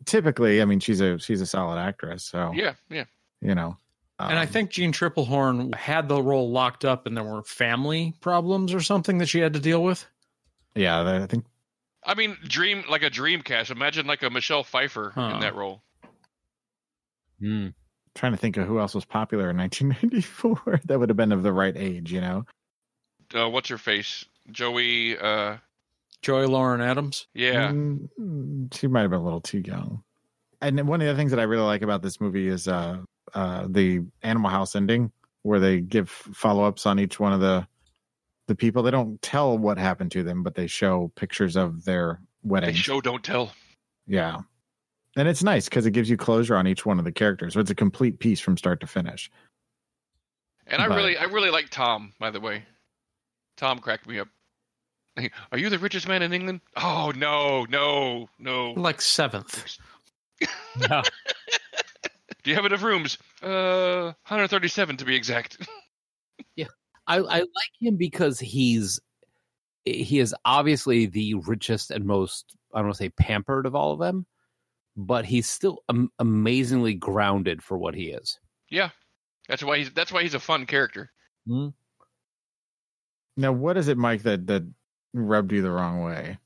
typically i mean she's a she's a solid actress so Yeah, yeah. you know um, and I think Jean Triplehorn had the role locked up and there were family problems or something that she had to deal with. yeah that- i think I mean, dream like a dream cast. Imagine like a Michelle Pfeiffer Huh. in that role. Hmm. trying to think of who else was popular in *laughs* 1994 that would have been of the right age you know Uh, what's her face? Joey. Uh, Joy Lauren Adams. yeah. Mm-hmm. Mm, she might have been a little too young. And then one of the things that I really like about this movie is uh, uh, the Animal House ending, where they give follow ups on each one of the the people. They don't tell what happened to them, but they show pictures of their They wedding. show don't tell. yeah, and it's nice because it gives you closure on each one of the characters. So it's a complete piece from start to finish. And I Right. really, I really like Tom. By the way, Tom cracked me up. Are you the richest man in England? Oh no, no, no. Like seventh. Do you have enough rooms? Uh, 137 to be exact. *laughs* I, I like him because he's he is obviously the richest and most I don't want to say pampered of all of them, but he's still am- amazingly grounded for what he is. yeah, that's why he's that's why he's a fun character. Now, what is it, Mike, that that rubbed you the wrong way?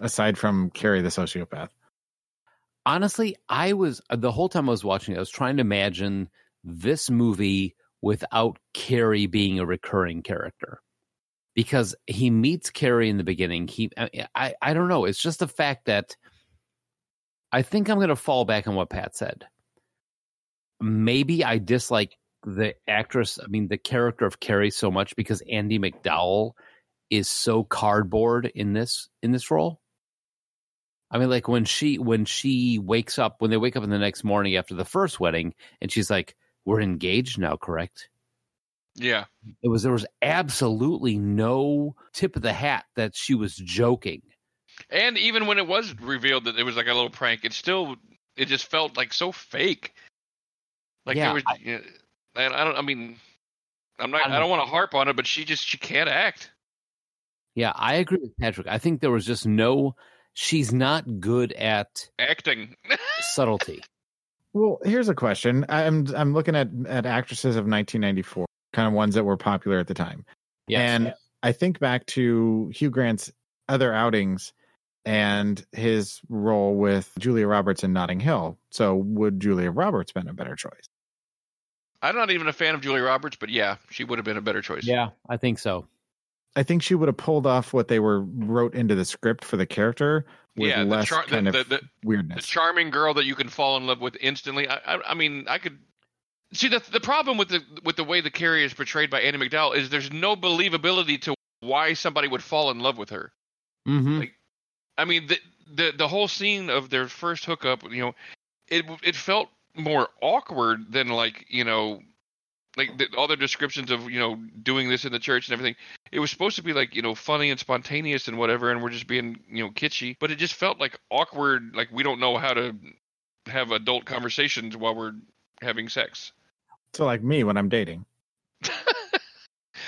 aside from Carrie the sociopath? honestly, I was uh, the whole time I was watching it, I was trying to imagine this movie without Carrie being a recurring character because he meets Carrie in the beginning. He, I, I, I don't know. It's just the fact that I think I'm going to fall back on what Pat said. Maybe I dislike the actress, I mean, the character of Carrie so much because Andy McDowell is so cardboard in this in this role. I mean, like when she when she wakes up when they wake up in the next morning after the first wedding, and she's like, "We're engaged now, correct?" Yeah. It was there was absolutely no tip of the hat that she was joking. And even when it was revealed that it was like a little prank, it still it just felt like so fake. Like Yeah, there was, yeah, and I don't. I mean, I'm not. I I don't, don't want to harp on it, but she just she can't act. Yeah, I agree with Patrick. I think there was just no. She's not good at Acting. *laughs* subtlety. Well, here's a question. I'm I'm looking at at actresses of 1994, kind of ones that were popular at the time. Yes. And I think back to Hugh Grant's other outings and his role with Julia Roberts in Notting Hill. So would Julia Roberts been a better choice? I'm not even a fan of Julie Roberts, but yeah, she would have been a better choice. yeah, I think so. I think she would have pulled off what they were wrote into the script for the character with Yeah, the less char- the- kind the- of the- the weirdness. charming girl that you can fall in love with instantly. I, I, I mean, I could see the the problem with the with the way the Carrie is portrayed by Annie McDowell is there's no believability to why somebody would fall in love with her. hmm Like- I mean, the the the whole scene of their first hookup, you know, it it felt more awkward than like you know, like the, all their descriptions of you know doing this in the church and everything. It was supposed to be like you know funny and spontaneous and whatever, and we're just being you know kitschy, but it just felt like awkward. Like we don't know how to have adult conversations while we're having sex. so like me when I'm dating. Yeah,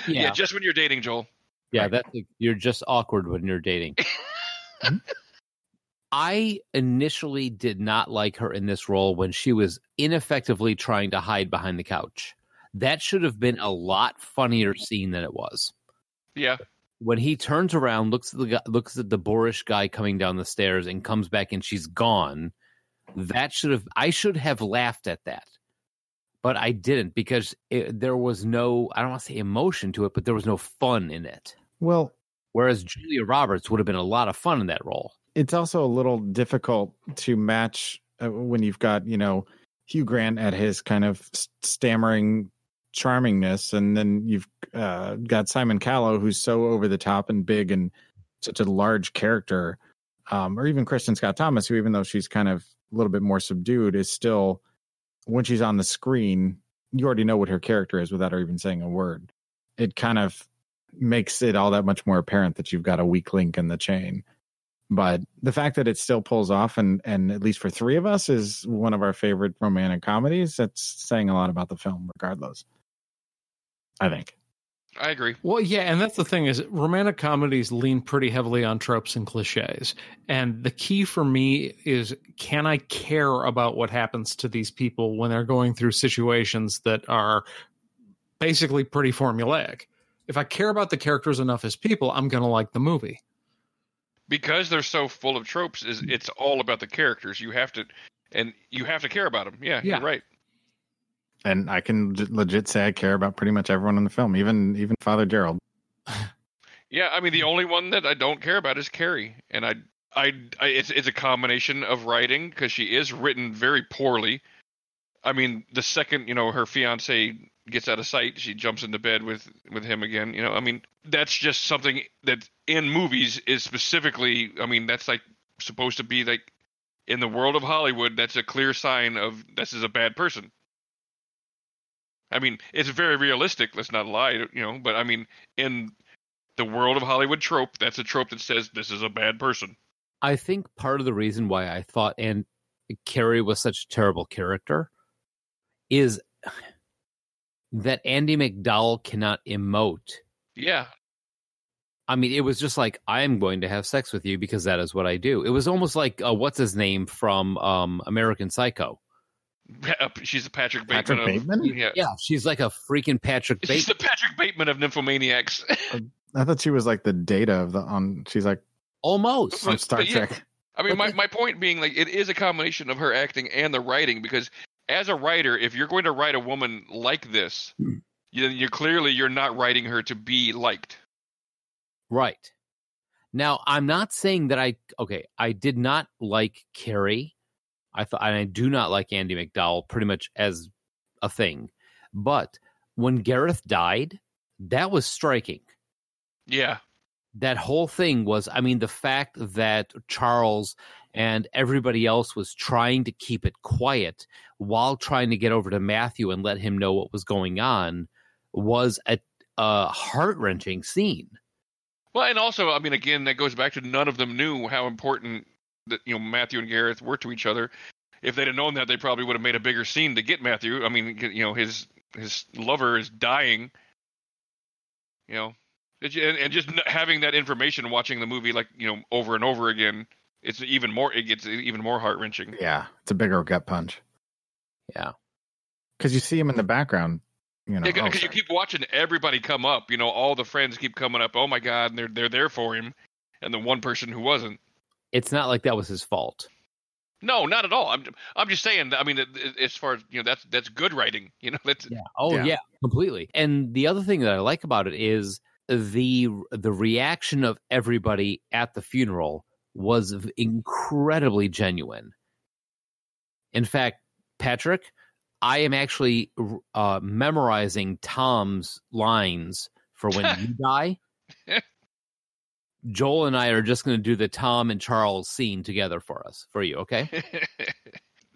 yeah just when you're dating, Joel. Yeah, that's you're just awkward when you're dating. Mhm. I initially did not like her in this role when she was ineffectively trying to hide behind the couch. That should have been a lot funnier scene than it was. Yeah, When he turns around, looks at the guy, looks at the boorish guy coming down the stairs, and comes back, and she's gone. That should have I should have laughed at that, but I didn't because it, there was no I don't want to say emotion to it, but there was no fun in it. Well, Whereas Julia Roberts would have been a lot of fun in that role. it's also a little difficult to match uh, when you've got you know Hugh Grant at his kind of s- stammering charmingness, and then you've uh, got Simon Callow who's so over the top and big and such a large character, um, or even Kristen Scott Thomas, who even though she's kind of a little bit more subdued, is still when she's on the screen, you already know what her character is without her even saying a word. It kind of makes it all that much more apparent that you've got a weak link in the chain but the fact that it still pulls off and and at least for three of us is one of our favorite romantic comedies that's saying a lot about the film regardless i think I agree. Well, yeah, and that's the thing is romantic comedies lean pretty heavily on tropes and cliches. And the key for me is can I care about what happens to these people when they're going through situations that are basically pretty formulaic? If I care about the characters enough as people, I'm going to like the movie. because they're so full of tropes is it's all about the characters you have to and you have to care about them yeah, Yeah. you're right and i can j- legit say i care about pretty much everyone in the film even even father gerald yeah i mean the only one that i don't care about is carrie and i i, I it's, it's a combination of writing because she is written very poorly i mean the second you know her fiance gets out of sight she jumps into bed with with him again you know i mean that's just something that in movies is specifically i mean that's like supposed to be like in the world of hollywood that's a clear sign of this is a bad person I mean, it's very realistic. Let's not lie, you know. But I mean, in the world of Hollywood trope, that's a trope that says this is a bad person. I think part of the reason why I thought and Carrie was such a terrible character is *sighs* that Andy McDowell cannot emote. *laughs* Yeah, I mean, it was just like I am going to have sex with you because that is what I do. It was almost like uh, what's his name from um, American Psycho. Pa- she's the Patrick Bateman. patrick of, bateman Yeah. Yeah, she's like a freaking Patrick she's Bateman. the Patrick Bateman of nymphomaniacs. *laughs* i thought she was like the data of the on she's like Almost. from Star But yeah, Trek. I mean, my, my point being, like, it is a combination of her acting and the writing because, as a writer, if you're going to write a woman like this, Hmm. you, then you're clearly you're not writing her to be liked. Right. Now, I'm not saying that I okay, I did not like Carrie. I thought and I do not like Andy McDowell pretty much as a thing. But when Gareth died, that was striking. Yeah, That whole thing was I mean the fact that Charles and everybody else was trying to keep it quiet while trying to get over to Matthew and let him know what was going on was a, a heart-wrenching scene. Well, and also, I mean, again, that goes back to none of them knew how important that you know Matthew and Gareth were to each other. If they'd have known that, they probably would have made a bigger scene to get Matthew. I mean, you know, his his lover is dying. You know, It- and, and just n- having that information, watching the movie like you know over and over again, it's even more. It gets even more heart wrenching. Yeah, it's a bigger gut punch. Yeah. Because you see him in the background, you know. Yeah, oh, because you sorry. keep watching everybody come up. You know, all the friends keep coming up. Oh my God, and they're they're there for him, and the one person who wasn't. It's not like that was his fault. No, not at all. I'm I'm just saying. I mean, it- it- as far as you know, that's that's good writing. You know, that's *laughs* Yeah. Oh yeah. Yeah. completely. And the other thing that I like about it is the the reaction of everybody at the funeral was v- incredibly genuine. In fact, Patrick, I am actually r- uh, memorizing Tom's lines for when you die. Joel and I are just going to do the Tom and Charles scene together for us for you, okay?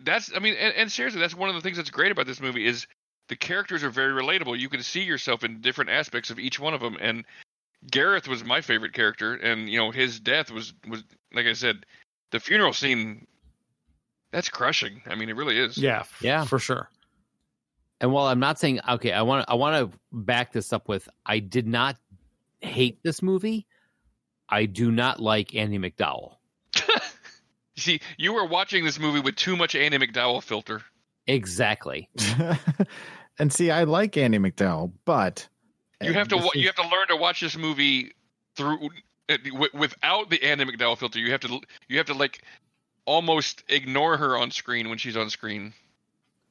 that's. I mean, and, and seriously, that's one of the things that's great about this movie is the characters are very relatable. You can see yourself in different aspects of each one of them. And Gareth was my favorite character, and you know, his death was was like I said, the funeral scene. That's crushing. I mean, it really is. Yeah, f- Yeah. for sure. and while I'm not saying okay, I want I want to back this up with I did not hate this movie. I do not like Andy McDowell. You see, you were watching this movie with too much Andy McDowell filter. Exactly. *laughs* and see, I like Andy McDowell, but You have to This wa- you is- have to learn to watch this movie through uh, wi- without the Andy McDowell filter. You have to you have to like almost ignore her on screen when she's on *laughs* screen.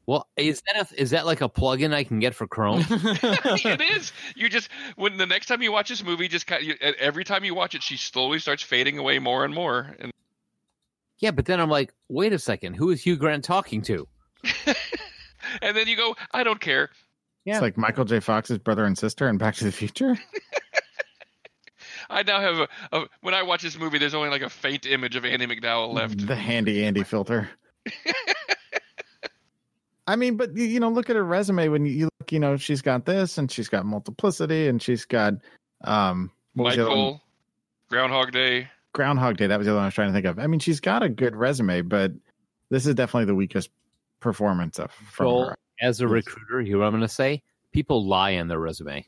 Well, is that a, is that like a plug-in I can get for *laughs* Chrome? it is. You just when the next time you watch this movie, just kind you, e- every time you watch it, she slowly starts fading away more and more. And yeah, but then I'm like, wait a second, who is Hugh Grant talking to? and then you go, I don't care. yeah. It's like Michael J. Fox's brother and sister in Back to the Future. I now have a, a when I watch this movie, there's only like a faint image of Andy McDowell left. The handy *laughs* Andy filter. I mean, but you- you know, look at her resume when you- you look, you know, she's got this and she's got multiplicity and she's got um what was the other one? Michael, Groundhog Day. Groundhog Day. That was the other one I was trying to think of. I mean, she's got a good resume, but this is definitely the weakest performance of from Joel, her. as a Yes. recruiter, you know what I'm going to say? People lie on their resume.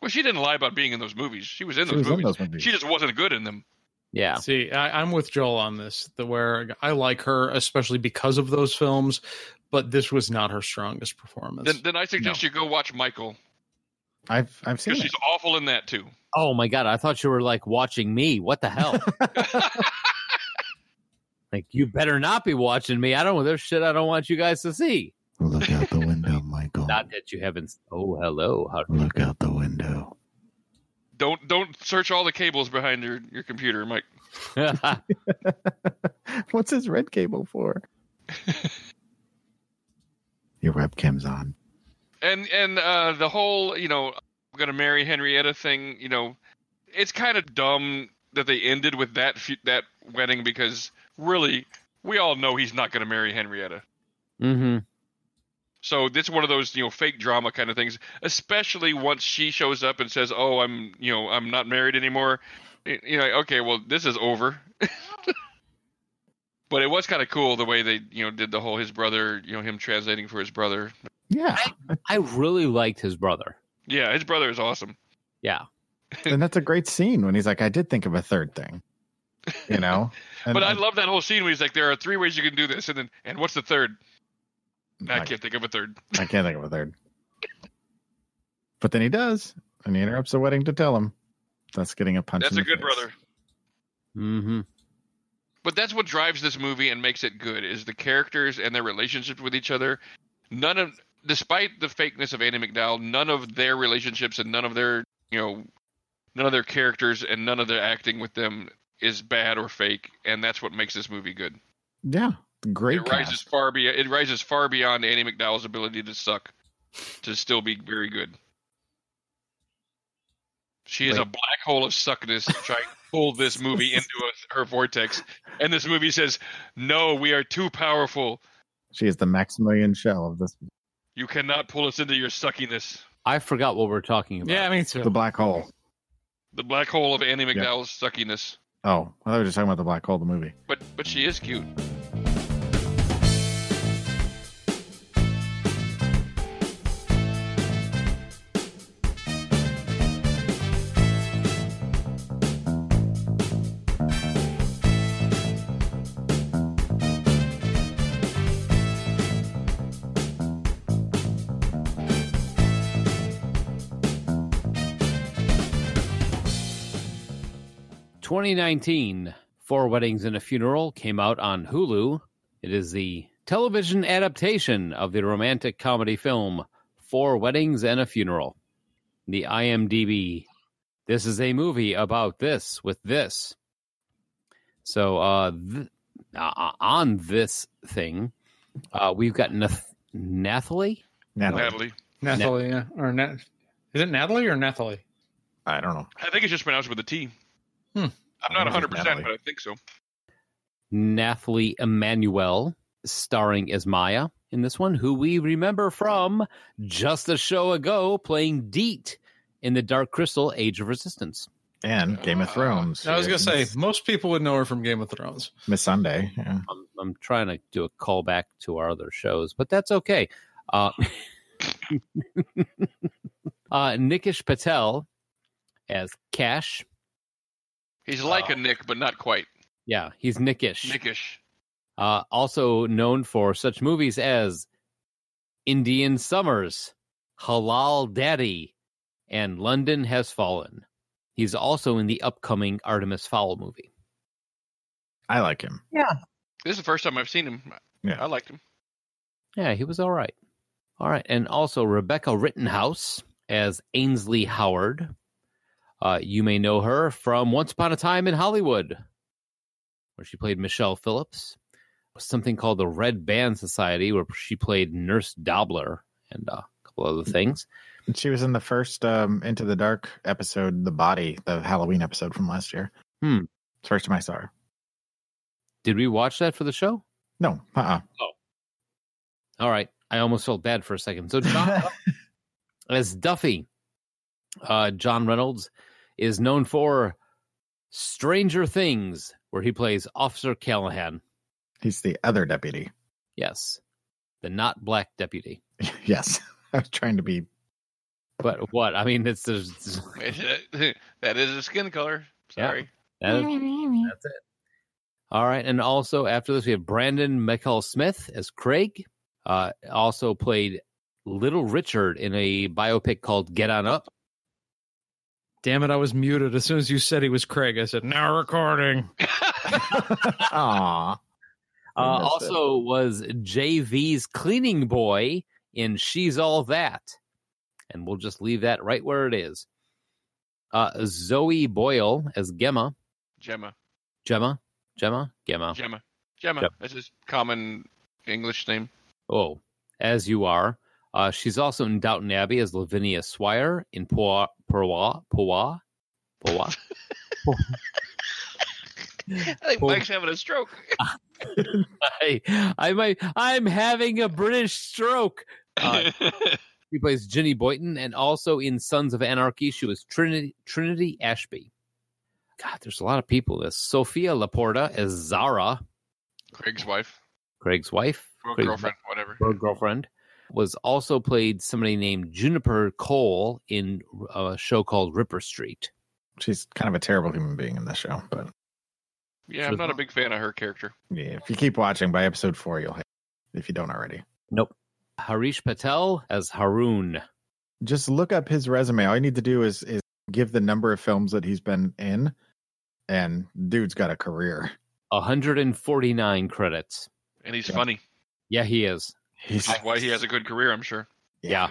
Well, she didn't lie about being in those movies. She was in, She those, was in movies. those movies. She just wasn't good in them. Yeah. See, I, I'm with Joel on this. The where I like her, especially because of those films, but this was not her strongest performance. Then, then I suggest you go watch Michael I've I've seen because it. she's awful in that too. Oh my god, I thought you were like watching me. What the hell? like you better not be watching me. I don't there's shit I don't want you guys to see. Look out the window, Michael. Not that you haven't Oh, hello. How Look out the window. Don't don't search all the cables behind your, your computer, Mike. *laughs* What's his red cable *laughs* for? Your webcam's on. And and uh, the whole you know I'm gonna marry Henrietta thing. You know, it's kind of dumb that they ended with that fu- that wedding because really we all know he's not gonna marry Henrietta. *laughs* mm-hmm. So this is one of those you know fake drama kind of things, especially once she shows up and says, "Oh, I'm you know I'm not married anymore." Y- You know, okay, well this is over. *laughs* but it was kind of cool the way they you know did the whole his brother you know him translating for his brother. Yeah. I really liked his brother. Yeah, his brother is awesome. Yeah. and that's a great scene when he's like, I did think of a third thing. *laughs* You know? And but I love that whole scene where he's like, "There are three ways you can do this," and then and what's the third? I, I can't think of a third. I can't think of a third. But then he does, and he interrupts the wedding to tell him. That's getting a punch. That's in a the good face. brother. Mm-hmm. But that's what drives this movie and makes it good is the characters and their relationships with each other. None of despite the fakeness of Andy McDowell, none of their relationships and none of their, you know, none of their characters and none of their acting with them is bad or fake, and that's what makes this movie good. Yeah, great. it rises cast. far be it rises far beyond Andy McDowell's ability to suck to still be very good. She is a black hole of suckness trying to pull this movie into a, her vortex, and this movie says, "No, we are too powerful. She is the Maximilian Shell of this You cannot pull us into your suckiness." I forgot what we're talking about. Yeah, me too. the black hole. The black hole of Andy McDowell's suckiness. Oh, I thought we were just talking about the black hole, the movie. But but she is cute. Twenty nineteen, Four Weddings and a Funeral came out on Hulu. It is the television adaptation of the romantic comedy film Four Weddings and a Funeral. The IMDb. This is a movie about this with this. So uh, th- uh on this thing, uh, we've got Nath- Nathalie. Natalie. Natalie. Nathalie, yeah. Or Nat- is it Natalie or Nathalie? I don't know. I think it's just pronounced with a T. Hmm. I'm not I think 100, it's percent Natalie. but I think so. Nathalie Emmanuel, starring as Maya in this one, who we remember from just a show ago playing Deet in the Dark Crystal Age of Resistance. And Game of Uh, Thrones. I was gonna say Miss- most people would know her from Game of Thrones. Miss Sunday. Yeah. I'm, I'm trying to do a callback to our other shows, but that's okay. Uh, *laughs* uh, Nikish Patel as Cash. He's like a Nick, but not quite. Yeah, he's Nickish. Nickish. uh, also known for such movies as Indian Summers, Halal Daddy, and London Has Fallen. He's also in the upcoming Artemis Fowl movie. I like him. This is the first time I've seen him. Yeah. I liked him. Yeah, he was all right. All right. And also Rebecca Rittenhouse as Ainsley Howard. Uh, you may know her from Once Upon a Time in Hollywood, where she played Michelle Phillips. Something called the Red Band Society, where she played Nurse Dobler and uh, a couple other things. She was in the first um, Into the Dark episode, The Body, the Halloween episode from last year. Hmm. First time I saw her. Did we watch that for the show? No, uh All right. I almost felt bad for a second. So *laughs* John as Duffy, uh, John Reynolds is known for Stranger Things, where he plays Officer Callahan. He's the other deputy. *laughs* Yes, the not black deputy. yes. I was trying to be. But what I mean, it's, *laughs* there's that is a *laughs* skin color. Yeah. Sorry. that- that's it. All right, and also after this, we have Brandon McCall Smith as Craig. Uh, also played Little Richard in a biopic called Get On Up. Damn it, I was muted. As soon as you said he was Craig, I said, now recording. Aw. Uh, I missed it. also was JV's cleaning boy in She's All That. And we'll just leave that right where it is. Uh, Zoe Boyle as Gemma. Gemma. Gemma? Gemma? Gemma. Gemma. Gemma. Oh. Yep. That's his common English name. Oh, as you are. Uh, she's also in Downton Abbey as Lavinia Swire in Poa Poa Poa Poa. I think Oh. Mike's having a stroke. I, I might, I'm having a British stroke. Uh, She plays Ginny Boyton, and also in Sons of Anarchy, she was Trinity Trinity Ashby. God, there's a lot of people. This Sophia Laporta as Zara, *laughs* Craig's wife Craig's wife, or Craig's girlfriend, whatever. her girlfriend, was also played somebody named Juniper Cole in a show called Ripper Street. She's kind of a terrible human being in this show, but Yeah, I'm not a big fan of her character. yeah, if you keep watching by episode four, you'll hate it, if you don't already. Harish Patel as Haroon. Just look up his resume. All you need to do is is give the number of films that he's been in and dude's got a career. 149 credits. And he's Yeah. funny. Yeah, he is. He's Which is why he has a good career, I'm sure. Yeah.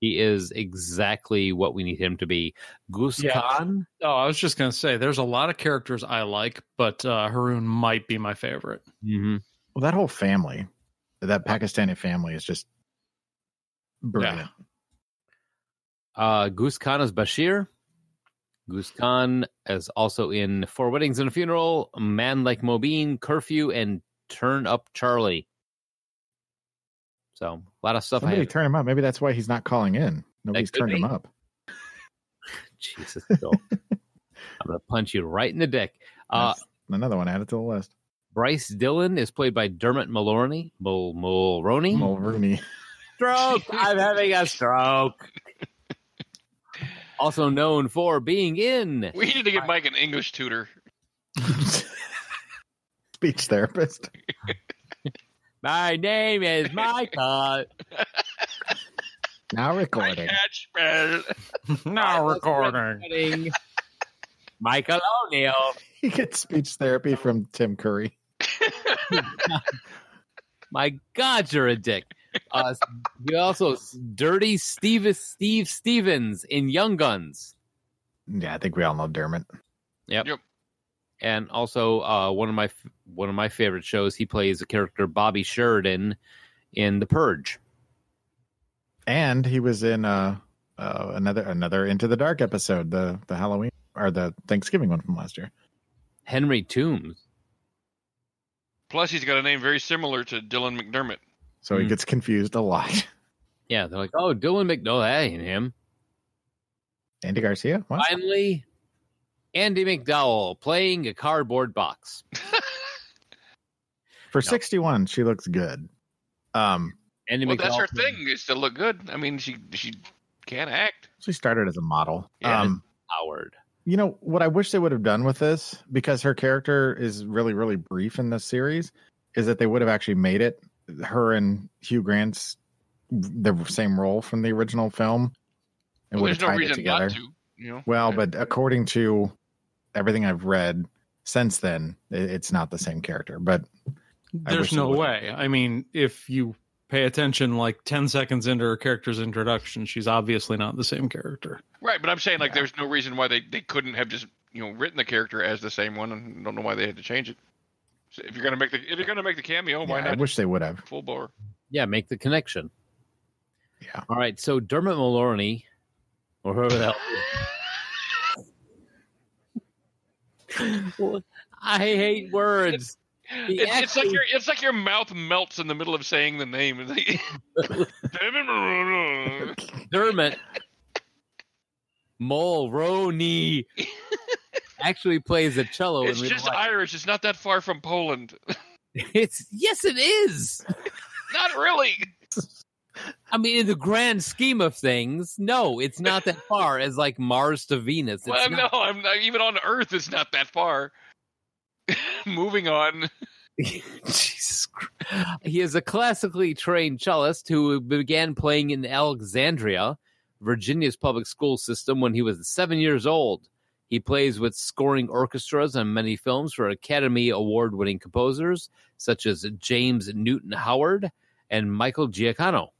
He is exactly what we need him to be. Goose Yeah. Khan. Oh, I was just gonna say, there's a lot of characters I like, but uh, Haroon might be my favorite. Mm-hmm. Well, that whole family, that Pakistani family, is just brilliant. Uh, Goose Khan as Bashir. Goose Khan is also in Four Weddings and a Funeral, Man Like Mobeen, Curfew, and Turn Up Charlie. So a lot of stuff. I Somebody had- turn him up. Maybe that's why he's not calling in. Nobody's could turned him be. up. Jesus, Bill. *laughs* I'm gonna punch you right in the dick. Uh, That's another one added to the list. Bryce Dillon is played by Dermot Mulroney. Mul- Mulroney. Mulrooney. *laughs* stroke. I'm having a stroke. Also known for being in. We need to get Mike an English tutor. Speech therapist. My name is Michael. Now I recording. catch, man. now recording. recording. Michael O'Neill. *laughs* He gets speech therapy from Tim Curry. My God, you're a dick. Uh, we also dirty Steve Steve Stevens in Young Guns, Yeah, I think we all know Dermot. and also uh, one of my one of my favorite shows. He plays the character Bobby Sheridan in The Purge. And he was in uh, uh another another Into the Dark episode, the the Halloween or the Thanksgiving one from last year. Henry Toombs. Plus, he's got a name very similar to Dylan McDermott. So he Mm. gets confused a lot. *laughs* Yeah, they're like, oh, Dylan McDowell, that ain't him. Andy Garcia? What? Finally, Andy McDowell playing a cardboard box. For No. 61, she looks good. Um, Andy Well, McDowell. that's her thing is to look good. I mean, she she can act. she started as a model. Yeah. Um, Howard. you know what I wish they would have done with this because her character is really really brief in this series is that they would have actually made it her and Hugh Grant's the same role from the original film and Well, would have there's no tied it reason together. not to. You know. Well, but according to everything I've read since then, it, it's not the same character. But I wish There's it no would. way. I mean, if you pay attention, like ten seconds into her character's introduction, she's obviously not the same character. right, but I'm saying like Yeah. there's no reason why they they couldn't have just you know written the character as the same one, and don't know why they had to change it. So if you're gonna make the if you're gonna make the cameo, why yeah, I not wish they would have. full bore? Yeah, make the connection. Yeah. All right, so Dermot Mulroney, or whoever *laughs* the hell. I hate words. He It's, it's like actually- your it's like your mouth melts in the middle of saying the name. *laughs* It's *laughs* like- Damn it. Dermot *laughs* Mulroney actually plays a cello. It's in real just life. Irish. It's not that far from Poland. *laughs* *laughs* It's yes, it is. Not really. I mean, in the grand scheme of things, no, it's not that far as like Mars to Venus. It's *laughs* Well, not. no, I'm not, even on Earth. It's not that far. *laughs* Moving on. *laughs* Jesus Christ. He is a classically trained cellist who began playing in Alexandria, Virginia's public school system, when he was seven years old. He plays with scoring orchestras on many films for Academy Award winning composers such as James Newton Howard and Michael Giacano.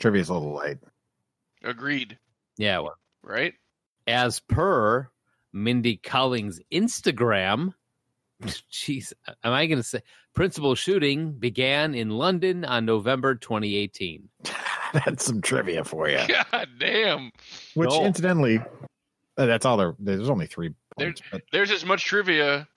Trivia's a little light. *laughs* Agreed. Yeah, well, Right. as per Mindy Collins' Instagram, *laughs* jeez, am I going to say principal shooting began in London on November 2018. That's some trivia for you. *laughs* God damn. Which No. incidentally, uh, that's all there. There's only three There- points. but There's as much trivia. *laughs*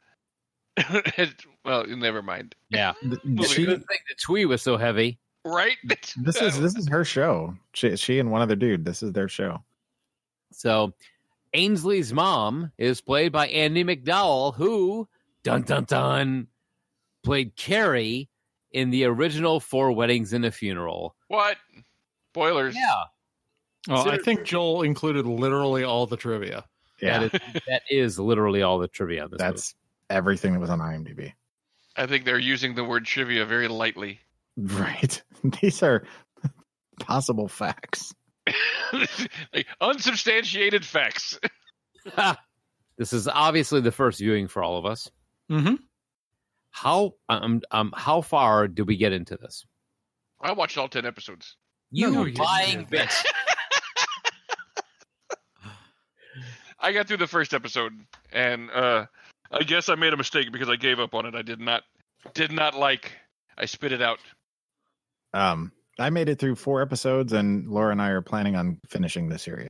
as, well, never mind. Yeah, th- Well, she, good thing the tweet was so heavy. Right. *laughs* this is this is her show. She, she and one other dude. This is their show. So Ainsley's mom is played by Andy McDowell, who dun dun dun played Carrie in the original Four Weddings and a Funeral. what. Boilers. Oh, I Consider- think Joel included literally all the trivia. Yeah, That, is, that is literally all the trivia on this. movie. that's everything that was on IMDb. *laughs* I think they're using the word trivia very lightly. *laughs* Right. *laughs* These are possible facts. like unsubstantiated facts. *laughs* This is obviously the first viewing for all of us. Mm-hmm. How um, um how far did we get into this? *laughs* I watched all 10 episodes. You No, you didn't. lying bitch! I got through the first episode, and uh, I guess I made a mistake because I gave up on it. I did not did not like. I spit it out. Um, I made it through four episodes, and Laura and I are planning on finishing the series.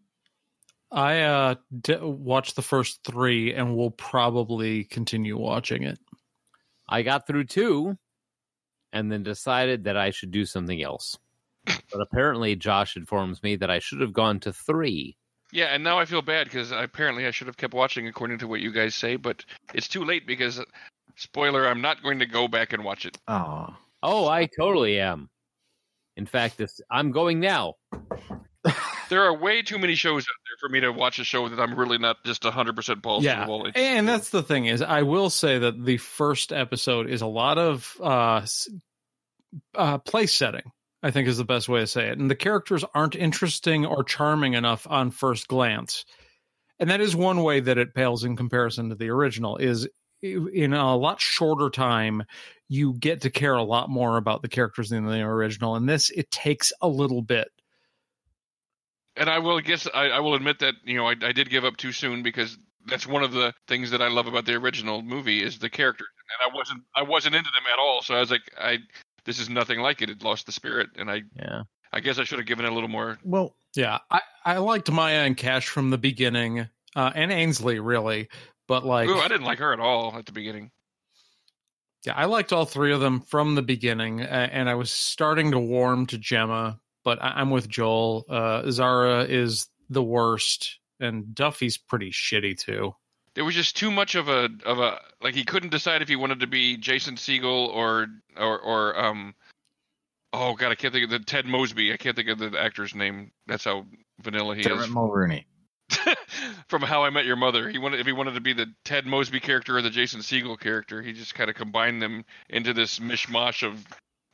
I uh, d- watched the first three and will probably continue watching it. I got through two, and then decided that I should do something else. But apparently, Josh informs me that I should have gone to three. Yeah, and now I feel bad because apparently I should have kept watching according to what you guys say, but it's too late because spoiler, I'm not going to go back and watch it. Oh, Oh, I totally am. In fact, this I'm going now. There are way too many shows out there for me to watch a show that I'm really not just 100% balls to yeah the wall. and that's the thing is i will say that the first episode is a lot of uh, s- uh place setting i think is the best way to say it and the characters aren't interesting or charming enough on first glance and that is one way that it pales in comparison to the original is i- in a lot shorter time you get to care a lot more about the characters than the original and this it takes a little bit and I will guess I, I will admit that you know I, I did give up too soon because that's one of the things that I love about the original movie is the characters, and I wasn't I wasn't into them at all. So I was like, I this is nothing like it. It lost the spirit, and I Yeah. I guess I should have given it a little more. well, Yeah, I, I liked Maya and Cash from the beginning, uh, and Ainsley really, but like, Ooh, I didn't like her at all at the beginning. yeah, I liked all three of them from the beginning, uh, and I was starting to warm to Gemma, but I, I'm with Joel. Uh, Zara is the worst, and Duffy's pretty shitty too. There was just too much of a of a like he couldn't decide if he wanted to be Jason Siegel or or or um oh god I can't think of the Ted Mosby I can't think of the actor's name. That's how vanilla he is. Dermot Mulroney. *laughs* from How I Met Your Mother. He wanted if he wanted to be the Ted Mosby character or the Jason Siegel character, he just kind of combined them into this mishmash of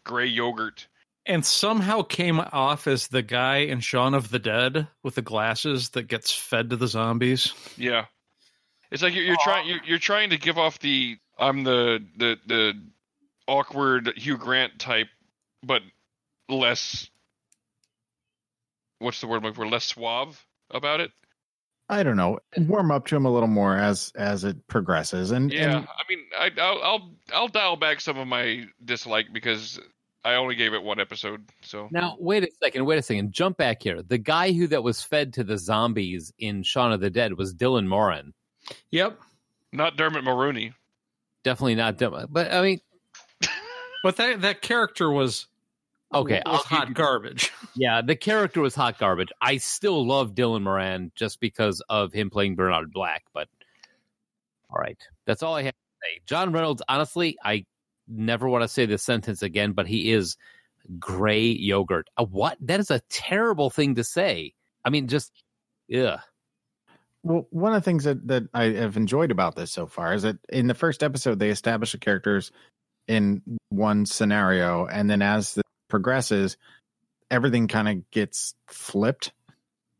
gray yogurt. And somehow came off as the guy in Shaun of the Dead with the glasses that gets fed to the zombies. Yeah, it's like you're, you're trying you're, you're trying to give off the I'm the the the awkward Hugh Grant type, but less. What's the word I'm looking for? Less suave about it. I don't know. Warm up to him a little more as as it progresses, and Yeah, and I mean, I, I'll, I'll I'll dial back some of my dislike because I only gave it one episode. So Now, wait a second, wait a second. Jump back here. The guy who that was fed to the zombies in Shaun of the Dead was Dylan Moran. Yep. Not Dermot Mulroney. Definitely not Dylan. But I mean, But that, that character was okay, was I'll give hot garbage. Yeah, the character was hot garbage. I still love Dylan Moran just because of him playing Bernard Black, but all right. That's all I have to say. John Reynolds, honestly, I never want to say this sentence again, but he is gray yogurt. A what? That is a terrible thing to say. I mean, just yeah. Well, one of the things that, that I have enjoyed about this so far is that in the first episode, they establish the characters in one scenario. And then as it progresses, everything kind of gets flipped.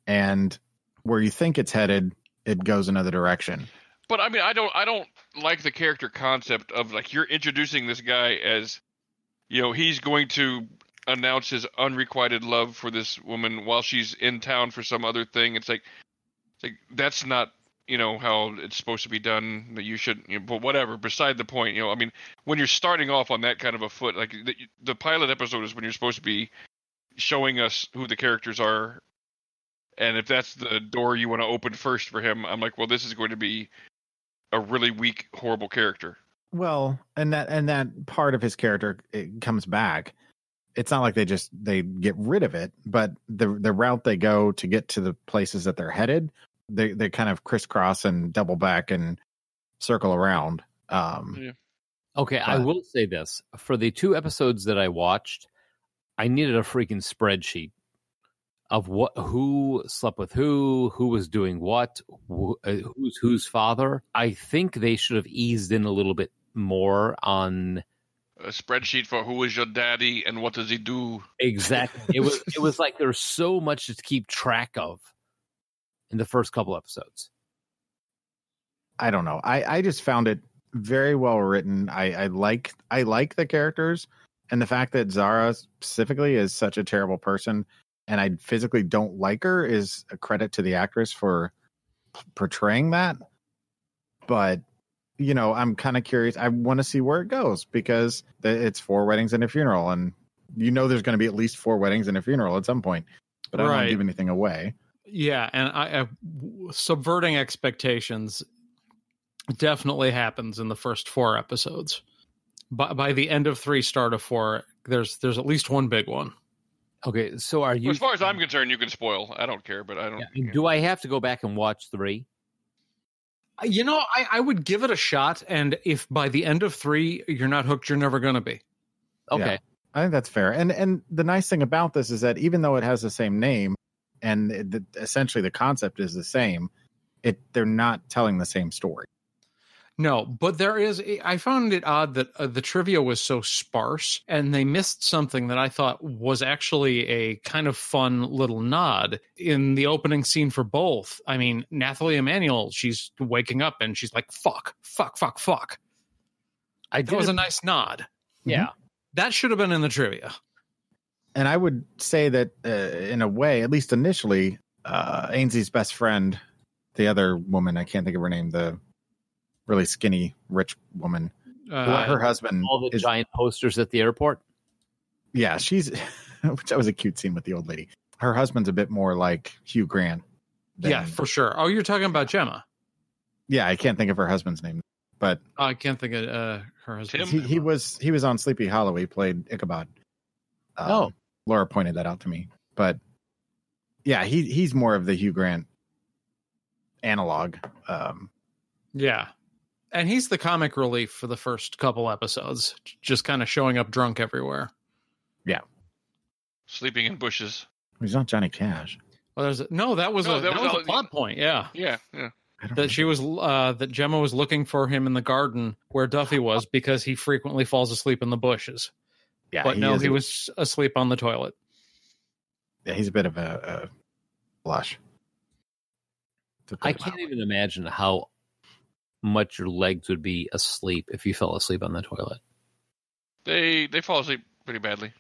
And where you think it's headed, it goes another direction. But I mean, I don't, I don't like the character concept of like you're introducing this guy as, you know, he's going to announce his unrequited love for this woman while she's in town for some other thing. It's like, it's like that's not, you know, how it's supposed to be done. That you shouldn't. You know, but whatever. Beside the point, you know, I mean, when you're starting off on that kind of a foot, like the, the pilot episode is when you're supposed to be showing us who the characters are. And if that's the door you want to open first for him, I'm like, well, this is going to be a really weak, horrible character. Well, and that and that part of his character it comes back. It's not like they just they get rid of it, but the the route they go to get to the places that they're headed, they they kind of crisscross and double back and circle around. Um Yeah. Okay, I But- will say this. For the two episodes that I watched, I needed a freaking spreadsheet of what who slept with who, who was doing what, wh- uh, who's whose father. I think they should have eased in a little bit more on A spreadsheet for who is your daddy and what does he do. exactly. it was it was like there's so much to keep track of in the first couple episodes. I don't know. I I just found it very well written. I I like I like the characters and the fact that Zara specifically is such a terrible person and I physically don't like her is a credit to the actress for portraying that. But you know, I'm kind of curious. I want to see where it goes because th- it's four weddings and a funeral, and you know there's going to be at least four weddings and a funeral at some point. But I don't want Right. to give anything away. Yeah, and I, I subverting expectations definitely happens in the first four episodes. By by the end of three, start of four, there's there's at least one big one. Okay, so are you? as far as I'm concerned, you can spoil. I don't care, but I don't. Yeah, and do I have to go back and watch three? You know, I, I would give it a shot, and if by the end of three you're not hooked, you're never going to be. Okay, I think that's fair. And and the nice thing about this is that even though it has the same name and it, the, essentially the concept is the same, it they're not telling the same story. No, but there is. eh, I found it odd that uh, the trivia was so sparse, and they missed something that I thought was actually a kind of fun little nod in the opening scene for both. I mean, Nathalie Emanuel, she's waking up and she's like, "Fuck, fuck, fuck, fuck." I That was a nice nod. Yeah, That should have been in the trivia. Uh, And I would say that uh, in a way, at least initially, uh, Ainsley's best friend, the other woman, I can't think of her name, the really skinny rich woman, Uh, her husband all the is giant posters at the airport. yeah, she's *laughs* which that was a cute scene with the old lady. Her husband's a bit more like Hugh Grant. than- yeah, for sure. Oh, you're talking about Gemma. yeah, I can't think of her husband's name, but Oh, I can't think of uh, her husband. he, he was he was on Sleepy Hollow. He played Ichabod. Um, Oh. Laura pointed that out to me, but yeah, he he's more of the Hugh Grant analog. Um, Yeah. And he's the comic relief for the first couple episodes, j- just kind of showing up drunk everywhere. Sleeping in bushes. he's not Johnny Cash. Well, there's a, no, that was No, a, that that, was a- was, a plot point. Yeah, Yeah, yeah. I don't that she was uh, that Gemma was looking for him in the garden where *laughs* Duffy was because he frequently falls asleep in the bushes. yeah, but no, is he a- was asleep on the toilet. yeah, he's a bit of a, a blush. I can't even imagine how much your legs would be asleep if you fell asleep on the toilet. They they fall asleep pretty badly.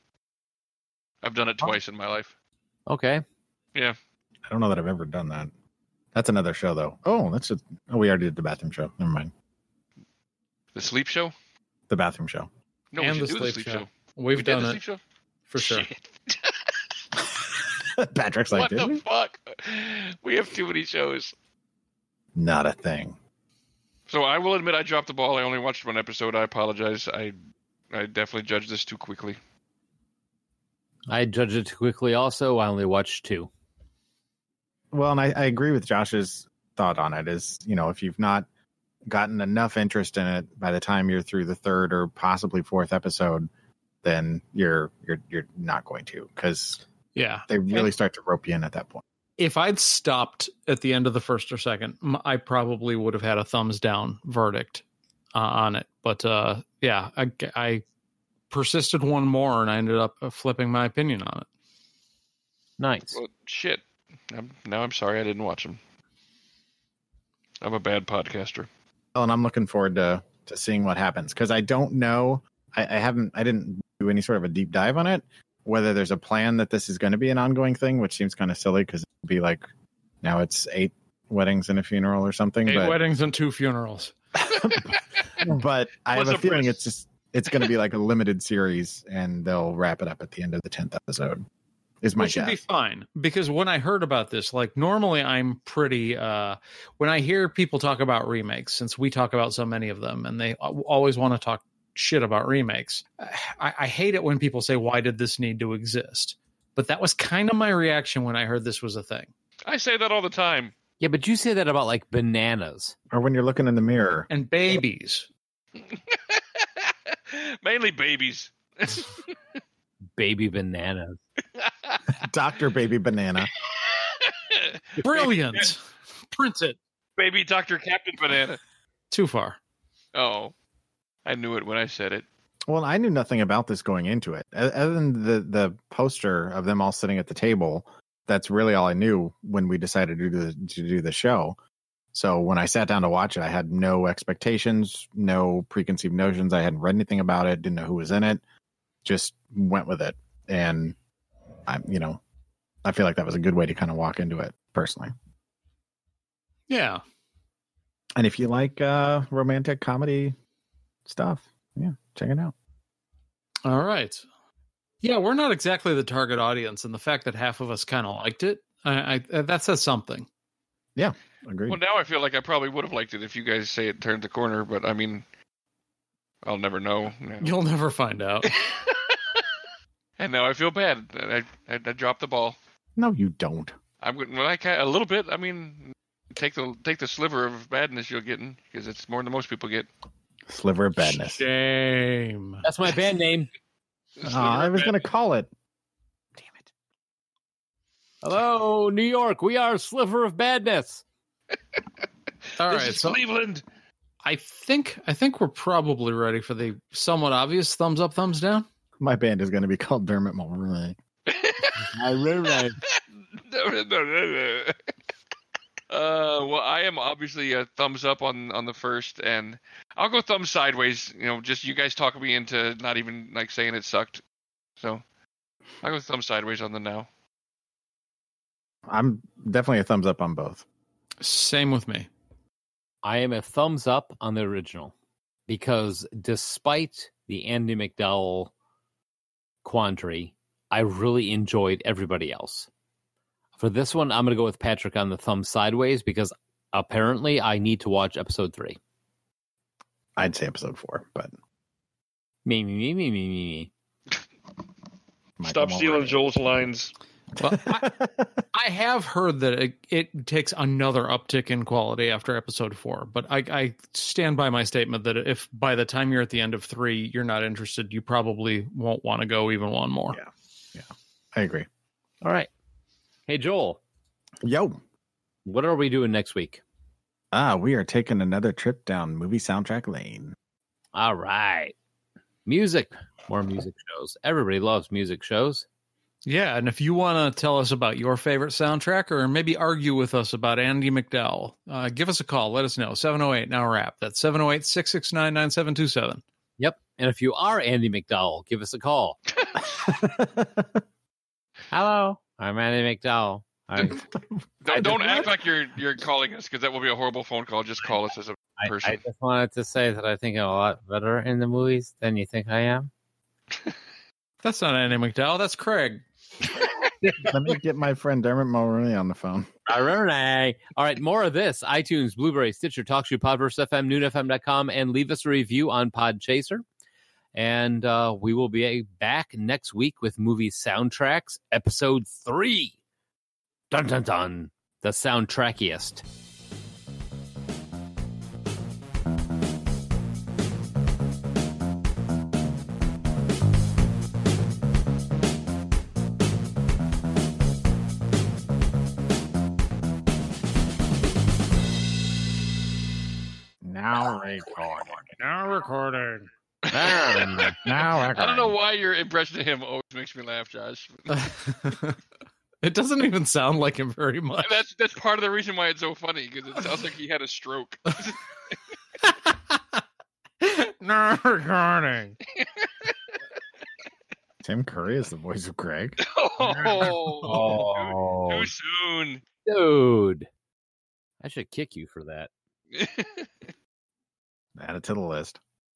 I've done it twice in my life. Okay, I don't know that I've ever done that. That's another show though. Oh, that's a oh, we already did the bathroom show. Never mind. The sleep show? The bathroom show. *laughs* No, And we the should do sleep the sleep show. show. We've We did done the it sleep show. for sure. Shit. Patrick's like, What did the we? fuck? *laughs* We have too many shows. not a thing. So I will admit I dropped the ball. I only watched one episode. I apologize. I I definitely judged this too quickly. I judged it too quickly. Also, I only watched two. Well, and I, I agree with Josh's thought on it. Is you know if you've not gotten enough interest in it by the time you're through the third or possibly fourth episode, then you're you're you're not going to because Yeah, they really start to rope you in at that point. if I'd stopped at the end of the first or second, m- I probably would have had a thumbs down verdict uh, on it. But uh, yeah, I, I persisted one more and I ended up uh, flipping my opinion on it. Nice. Well, shit. I'm, now I'm sorry I didn't watch them. I'm a bad podcaster. Well, and I'm looking forward to to seeing what happens because I don't know. I, I haven't. I didn't do any sort of a deep dive on it. Whether there's a plan that this is going to be an ongoing thing, which seems kind of silly because it'd be like now it's eight weddings and a funeral or something. Eight but weddings and two funerals. but I have Plus a a feeling bris. it's just it's going to be like a limited series, and they'll wrap it up at the end of the tenth episode. Is my It should guess. be fine because when I heard about this, like normally I'm pretty. uh When I hear people talk about remakes, since we talk about so many of them, and they al- always want to talk shit about remakes, I, I hate it when people say, "Why did this need to exist?" But that was kind of my reaction when I heard this was a thing. I say that all the time. *laughs* Yeah, but you say that about like bananas. or when you're looking in *laughs* the mirror, And babies, Mainly babies. *laughs* Baby bananas. Doctor Baby Banana. brilliant, print it. Baby Dr. Captain Banana. Too far. Oh. I knew it when I said it. Well, I knew nothing about this going into it, O- other than the the poster of them all sitting at the table. That's really all I knew when we decided to do the, to do the show. So when I sat down to watch it, I had no expectations, no preconceived notions. I hadn't read anything about it, didn't know who was in it, just went with it. And I, you know, I feel like that was a good way to kind of walk into it personally. Yeah. And if you like uh, romantic comedy stuff, yeah, check it out. All right. Yeah, we're not exactly the target audience, and the fact that half of us kind of liked it, I, I that says something. Agreed. Well, now I feel like I probably would have liked it if you guys say it turned the corner, but I mean, I'll never know. now. You'll never find out. And now I feel bad. I, I, I dropped the ball. no, you don't. I'm gonna- well, I ca a little bit. I mean, take the take the sliver of badness you're getting because it's more than most people get. Sliver of badness. Shame. That's my band name. Aw, Uh-huh, I was going to call it. Damn it. Hello, New York. We are Sliver of Badness. All This right, is so Cleveland. *laughs* I think I think we're probably ready for the somewhat obvious thumbs up, thumbs down. My band is going to be *laughs* called Dermot Mulroney. My roommate. No, no, no, no. Uh, well, I am obviously a thumbs up on on the first, and I'll go thumbs sideways. You know, just you guys talking me into not even like saying it sucked. So I'll go thumbs sideways on the now. I'm definitely a thumbs up on both. Same with me. I am a thumbs up on the original because despite the Andy McDowell quandary, I really enjoyed everybody else. For this one, I'm going to go with Patrick on the thumb sideways because apparently I need to watch episode three. I'd say episode four, but Me, me, me, me, me, me, me. Michael Mulroney. *laughs* Joel's lines. Well, *laughs* I have heard that it, it takes another uptick in quality after episode four, but I, I stand by my statement that if by the time you're at the end of three, you're not interested, you probably won't want to go even one more. Yeah. I agree. All right. Hey, Joel, Yo. what are we doing next week? Ah, we are taking another trip down movie soundtrack lane. All right. Music. More music shows. Everybody loves music shows. Yeah, and if you want to tell us about your favorite soundtrack or maybe argue with us about Andy McDowell, uh, give us a call. Let us know. 708 Now Wrap. That's 708 669 9727. Yep. And if you are Andy McDowell, give us a call. Hello, I'm Andy McDowell. I, I Don't, don't did act like you're you're calling us because that will be a horrible phone call. Just call us as a I, person. I just wanted to say that I think I'm a lot better in the movies than you think I am. That's not Andy McDowell. That's Craig. Let me get my friend Dermot Mulroney on the phone. All right. All right. More of this iTunes, Blueberry, Stitcher, TalkShoe, Podverse FM, NoonFM.com, and leave us a review on Podchaser. And uh, we will be back next week with movie soundtracks, episode three. Dun dun dun. The soundtrackiest. Now recording. Now recording. Now recording. I don't know why your impression of him always makes me laugh, Josh. *laughs* Uh, it doesn't even sound like him very *laughs* much. That's that's part of the reason why it's so funny because it sounds like he had a stroke. Now recording. Tim Curry is the voice of Greg. *laughs* *laughs* oh, too, Oh, too soon. dude. *laughs* I should kick you for that. Add it to the list.